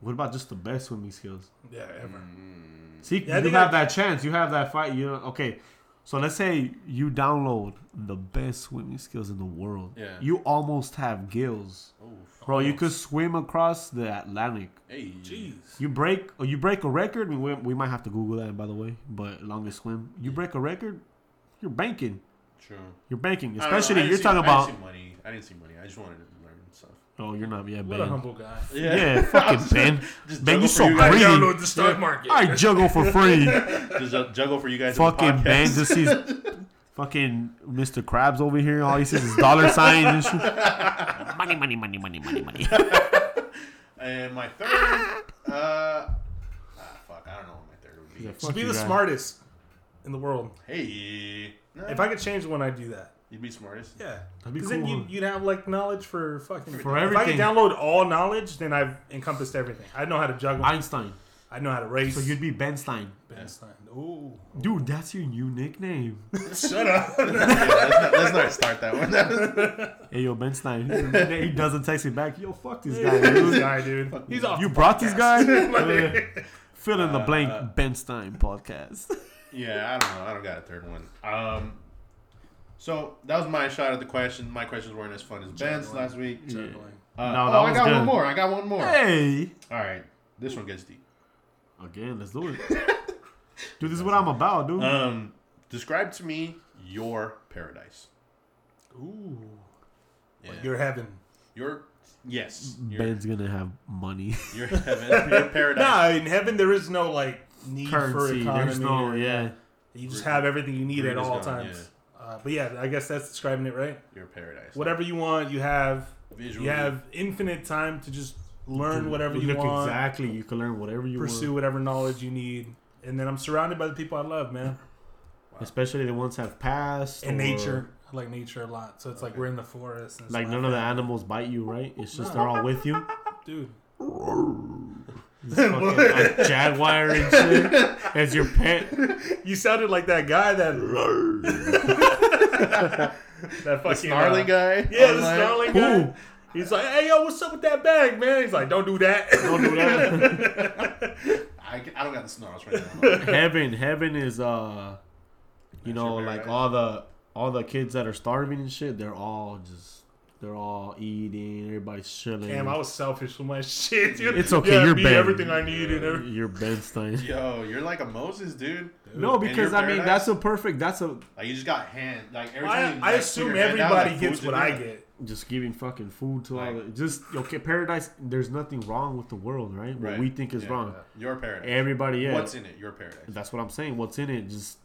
What about just the best swimming skills?
Yeah, ever.
Mm,
Mm.
See,
I
you
think
have
I-
that chance. You have that fight. You know, okay. So let's say you download the best swimming skills in the world.
Yeah.
You almost have gills,
Oof.
bro. You could swim across the Atlantic.
Hey, jeez.
You break, or you break a record. I mean, we, we might have to Google that, by the way. But longest swim, you break a record, you're banking.
True.
You're banking,
I don't know, I
especially
didn't
you're
see-
talking
I
about.
didn't see money. I didn't see money. I just wanted to learn stuff.
Oh, you're not yet,
What a
Ben.
humble guy.
Yeah, fucking Ben. Ben, you so
I
greedy.
download the stock market.
I juggle for free.
Just ju- juggle for you guys.
fucking
in the
Ben
podcast.
just sees fucking Mr. Krabs over here. All he sees is dollar signs and shit.
Money, money, money, money, money, money.
And my third, uh, ah, fuck, I don't know what my third would be.
Fuck
Just be
you
the
guys.
smartest in the world.
Hey, no,
If I could change one, I'd do that.
you'd be smartest.
Yeah.
That'd be
'Cause
cool.
then you'd, you'd have like knowledge for fucking
For
If I could
everything.
download all knowledge, then I've encompassed everything. I know how to juggle. I,
Einstein.
know how to race.
So you'd be Benstein.
Einstein. Ooh.
Dude, that's your new nickname.
Shut up.
Yeah, let's, not, let's not start that one.
hey, yo, Benstein. he doesn't text me back. Yo, fuck this guy, dude.
guy, dude. He's off.
You brought this guy? Uh, fill in the blank
uh,
Benstein podcast.
yeah, I don't know. I don't got a third one. Um, so that was my shot at the question. My questions weren't as fun as Ben's last week. Uh,
No,
oh,
that
I
was
got
good.
one more. I got one more.
Hey.
All right, this one gets deep.
Again, let's do it. Dude, this is what I'm about,
Uh,
dude.
Um, describe to me your paradise.
Ooh.
Yeah.
You're heaven.
Your yes, your,
Ben's gonna have money.
your heaven, your paradise.
Nah, in heaven there is no like need for
Currency.
economy.
There's no,
or-
yeah.
You just have everything you need
Greed
at
is
all
gone,
times. Uh, but yeah, I guess that's describing it right.
Your paradise.
Whatever you want, you have.
Visually.
You have infinite time to just learn
Dude,
whatever you
look,
want,
Exactly. You can learn whatever you
pursue
want.
whatever knowledge you need. And then I'm surrounded by the people I love, man.
Especially the ones that have passed.
And
or-
nature. I like nature a lot. So it's like we're in the forest. And it's
Like
my
none of the
family.
animals bite you, right? It's just they're all with you.
Dude.
It's fucking a jaguar and shit as your pet.
You sounded like that guy that. that fucking.
Snarly
uh,
guy.
Yeah, the
online.
snarling guy.
Who?
He's like, hey, yo, what's up with that bag, man? He's like, don't do that.
Don't do that.
I, I don't got the snarls right now.
Heaven, heaven is uh, you know,
your
like
paradise.
all the all the kids that are starving and shit. They're all just they're all eating. Everybody's chilling.
Damn, I was selfish with my shit, dude.
It's okay,
Yeah,
you're
be
banned.
everything I need and everything.
You're Ben Stein.
Yo, you're like a Moses, dude.
No,
In your
because I mean
paradise,
that's a perfect. That's a
like you just got hand. Like every time you,
I, I
like, put
assume
your hand down,
everybody
like,
gets
food's
what
in
I
there.
get.
just giving fucking food to all.
Like-
The, just okay, paradise. There's nothing wrong with the world, right? What
Right.
we think is
Yeah,
wrong.
yeah. Your paradise.
Everybody, yeah.
What's in it? Your paradise.
That's what I'm saying. What's in it? Just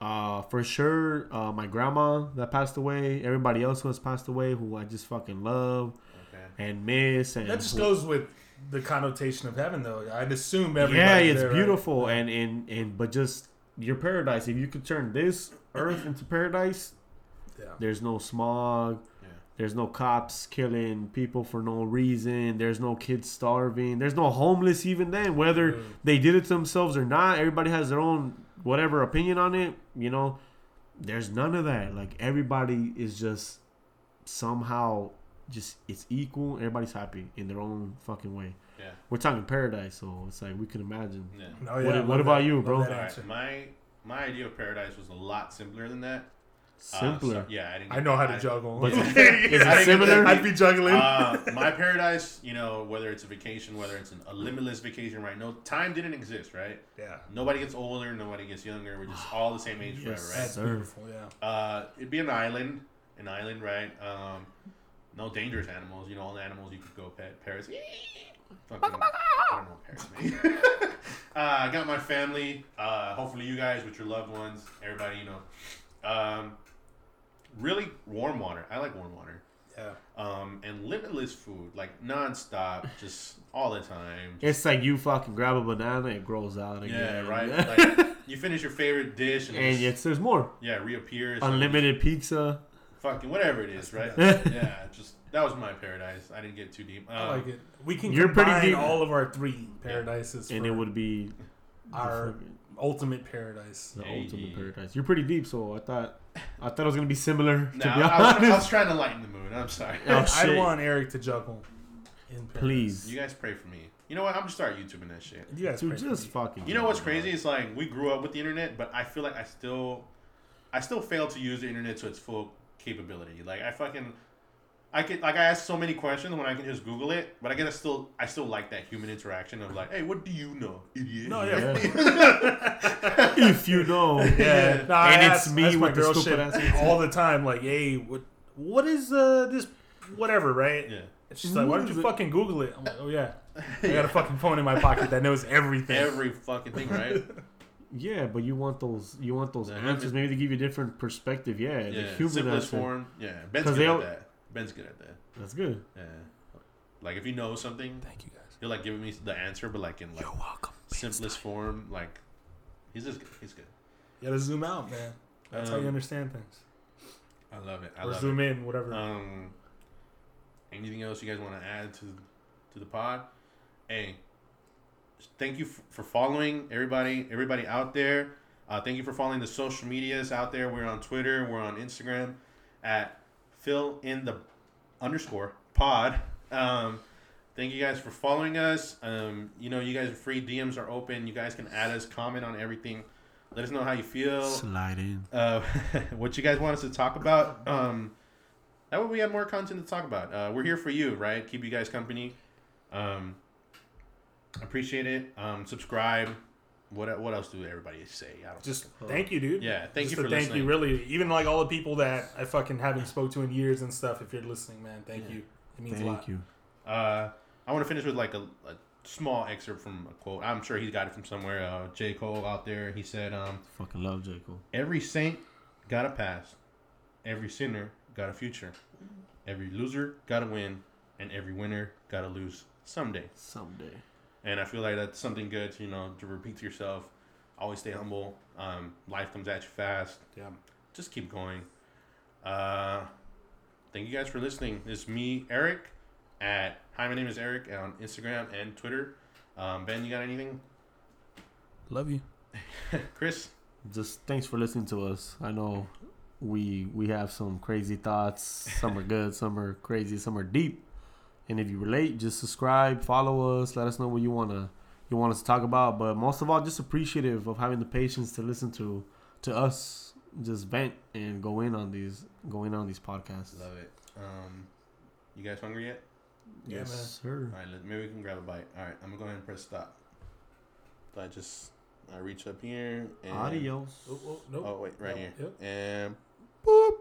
uh, for sure, uh, my grandma that passed away, everybody else who has passed away, who I just fucking love
Okay.
and miss, and
That just
who-
goes with the connotation of heaven, though. I'd assume everybody.
yeah, it's
there, right?
beautiful and and and but just your paradise. If you could turn this earth into paradise,
Yeah.
there's no smog.
Yeah.
There's no cops killing people for no reason. There's no kids starving. There's no homeless even then, whether
Yeah.
they did it to themselves or not. Everybody has their own whatever opinion on it, you know. There's none of that. Like everybody is just somehow just it's equal. Everybody's happy in their own fucking way.
Yeah.
We're talking paradise, so it's like we can imagine.
Yeah.
Oh, yeah,
What-
I love
what about
that.
you,
Love
bro?
that
All
answer.
right. My my idea of paradise was a lot simpler than that. Uh,
Simpler.
so- yeah, I didn't.
I know how to
I-
juggle.
But-
Yeah.
Is it similar?
I'd be juggling.
Uh, my paradise, you know, whether it's a vacation, whether it's an, a limitless vacation, right? No, time didn't exist, right?
yeah,
Nobody gets older, nobody gets younger. We're just all the same age
Yes.
forever,
that's
sir.
beautiful. Yeah,
right? Uh, it'd be an island, an island, right? Um, no dangerous animals. You know, all the animals you could go pet. Parrots. Fucking, I don't know what parrots mean. uh, I got my family. Uh, hopefully, you guys with your loved ones, everybody, you know. Um, really warm water. I like warm water
yeah.
um, and limitless food, like nonstop, just all the time.
It's like you fucking grab a banana, it grows out
Yeah,
again.
right. Like, you finish your favorite dish, and,
and
it's-
yet there's more.
yeah, reappears. and
Unlimited pizza.
fucking whatever it is, right? yeah, just that was my paradise. I didn't get too deep. Um,
I like it. We can
You're pretty
combine
deep.
all of our three paradises
And
for
it would be
our
the fucking-
ultimate paradise.
the
Hey.
ultimate paradise. You're pretty deep, so I thought I thought it was gonna be
Nah,
similar. to be
I, was, I was
honest,
trying to lighten the mood. I'm sorry.
Oh,
I
shit.
want Eric to juggle. In paradise.
please,
You guys pray for me. You know what? I'm gonna start YouTubing that shit.
you guys
dude,
pray for
just
me.
fucking.
You know what's crazy? It's like we grew up with the internet, but I feel like I still, I still fail to use the internet to its full capability. Like I fucking, I could like I ask so many questions when I can just Google it, but I guess I still I still like that human interaction of like, hey, what do you know, idiot?
No, yeah.
if you know,
Yeah, no, I
And it's
ask,
me
ask my
with the
girl
stupid
shit
ass-
all the time. Like, hey, what what is uh, this? Whatever, right?
Yeah.
And she's like, why don't
What
you
is it?
fucking Google it? I'm like, oh yeah, I got a fucking phone in my pocket that knows everything.
Every fucking thing, right?
yeah, but you want those, you want those
The
answers. Maybe they give you a different perspective. Yeah,
Yeah,
the human
simplest
answer.
form. Yeah, Ben's
'Cause
good
they
at
all-
that. Ben's good at that.
That's good.
Yeah, like if you know something,
Thank you guys.
you're like giving me the answer, but like in like
welcome.
simplest form. Like he's just good. he's good.
You gotta zoom out, man. That's how
Um,
you understand things.
I love it. I
Or
love it.
zoom in, whatever.
Um, anything else you guys want to add to to the pod? Hey, thank you f- for following everybody. Everybody out there, uh, thank you for following the social medias out there. We're on Twitter. We're on Instagram at fill in the underscore pod. Um, thank you guys for following us. Um, you know, you guys are free. DMs are open. You guys can add us, comment on everything. Let us know how you feel
Slide in.
uh, what you guys want us to talk about. Um, that way we have more content to talk about. Uh, we're here for you, right? Keep you guys company. Um, appreciate it. Um, subscribe. What what else do everybody say? I don't
just thank you, dude.
yeah. Thank
Just
you
a
for
thank
listening.
you, really. Even like all the people that I fucking haven't spoke to in years and stuff. If you're listening, man, thank you. It means a lot.
Thank you.
Uh, I want to finish with like a, a small excerpt from a quote. I'm sure he got it from somewhere. Uh, J Cole out there. He said, um,
Fucking love J Cole.
"Every saint got a past. Every sinner got a future. Every loser got a win, and every winner got to lose someday."
Someday.
and I feel like that's something good, to, you know, to repeat to yourself. Always stay humble. Um, life comes at you fast.
Yeah.
Just keep going. Uh, thank you guys for listening. This is me, Eric. At hi, my name is Eric on Instagram and Twitter. Um, ben, you got anything?
Love you.
Chris,
just thanks for listening to us. I know we we have some crazy thoughts. Some are good, some are crazy, some are deep. And if you relate, just subscribe, follow us, let us know what you wanna you want us to talk about. But most of all, just appreciative of having the patience to listen to to us just vent and go in on these go in on these podcasts.
love it. Um, you guys hungry yet?
Yeah,
yes, sir.
All right, let- maybe we can grab a bite. All right, I'm gonna go ahead and press stop. So I just I reach up here and
Adios.
Oh, oh, nope.
Oh wait, right
Yep,
here
yep.
and.
Boop.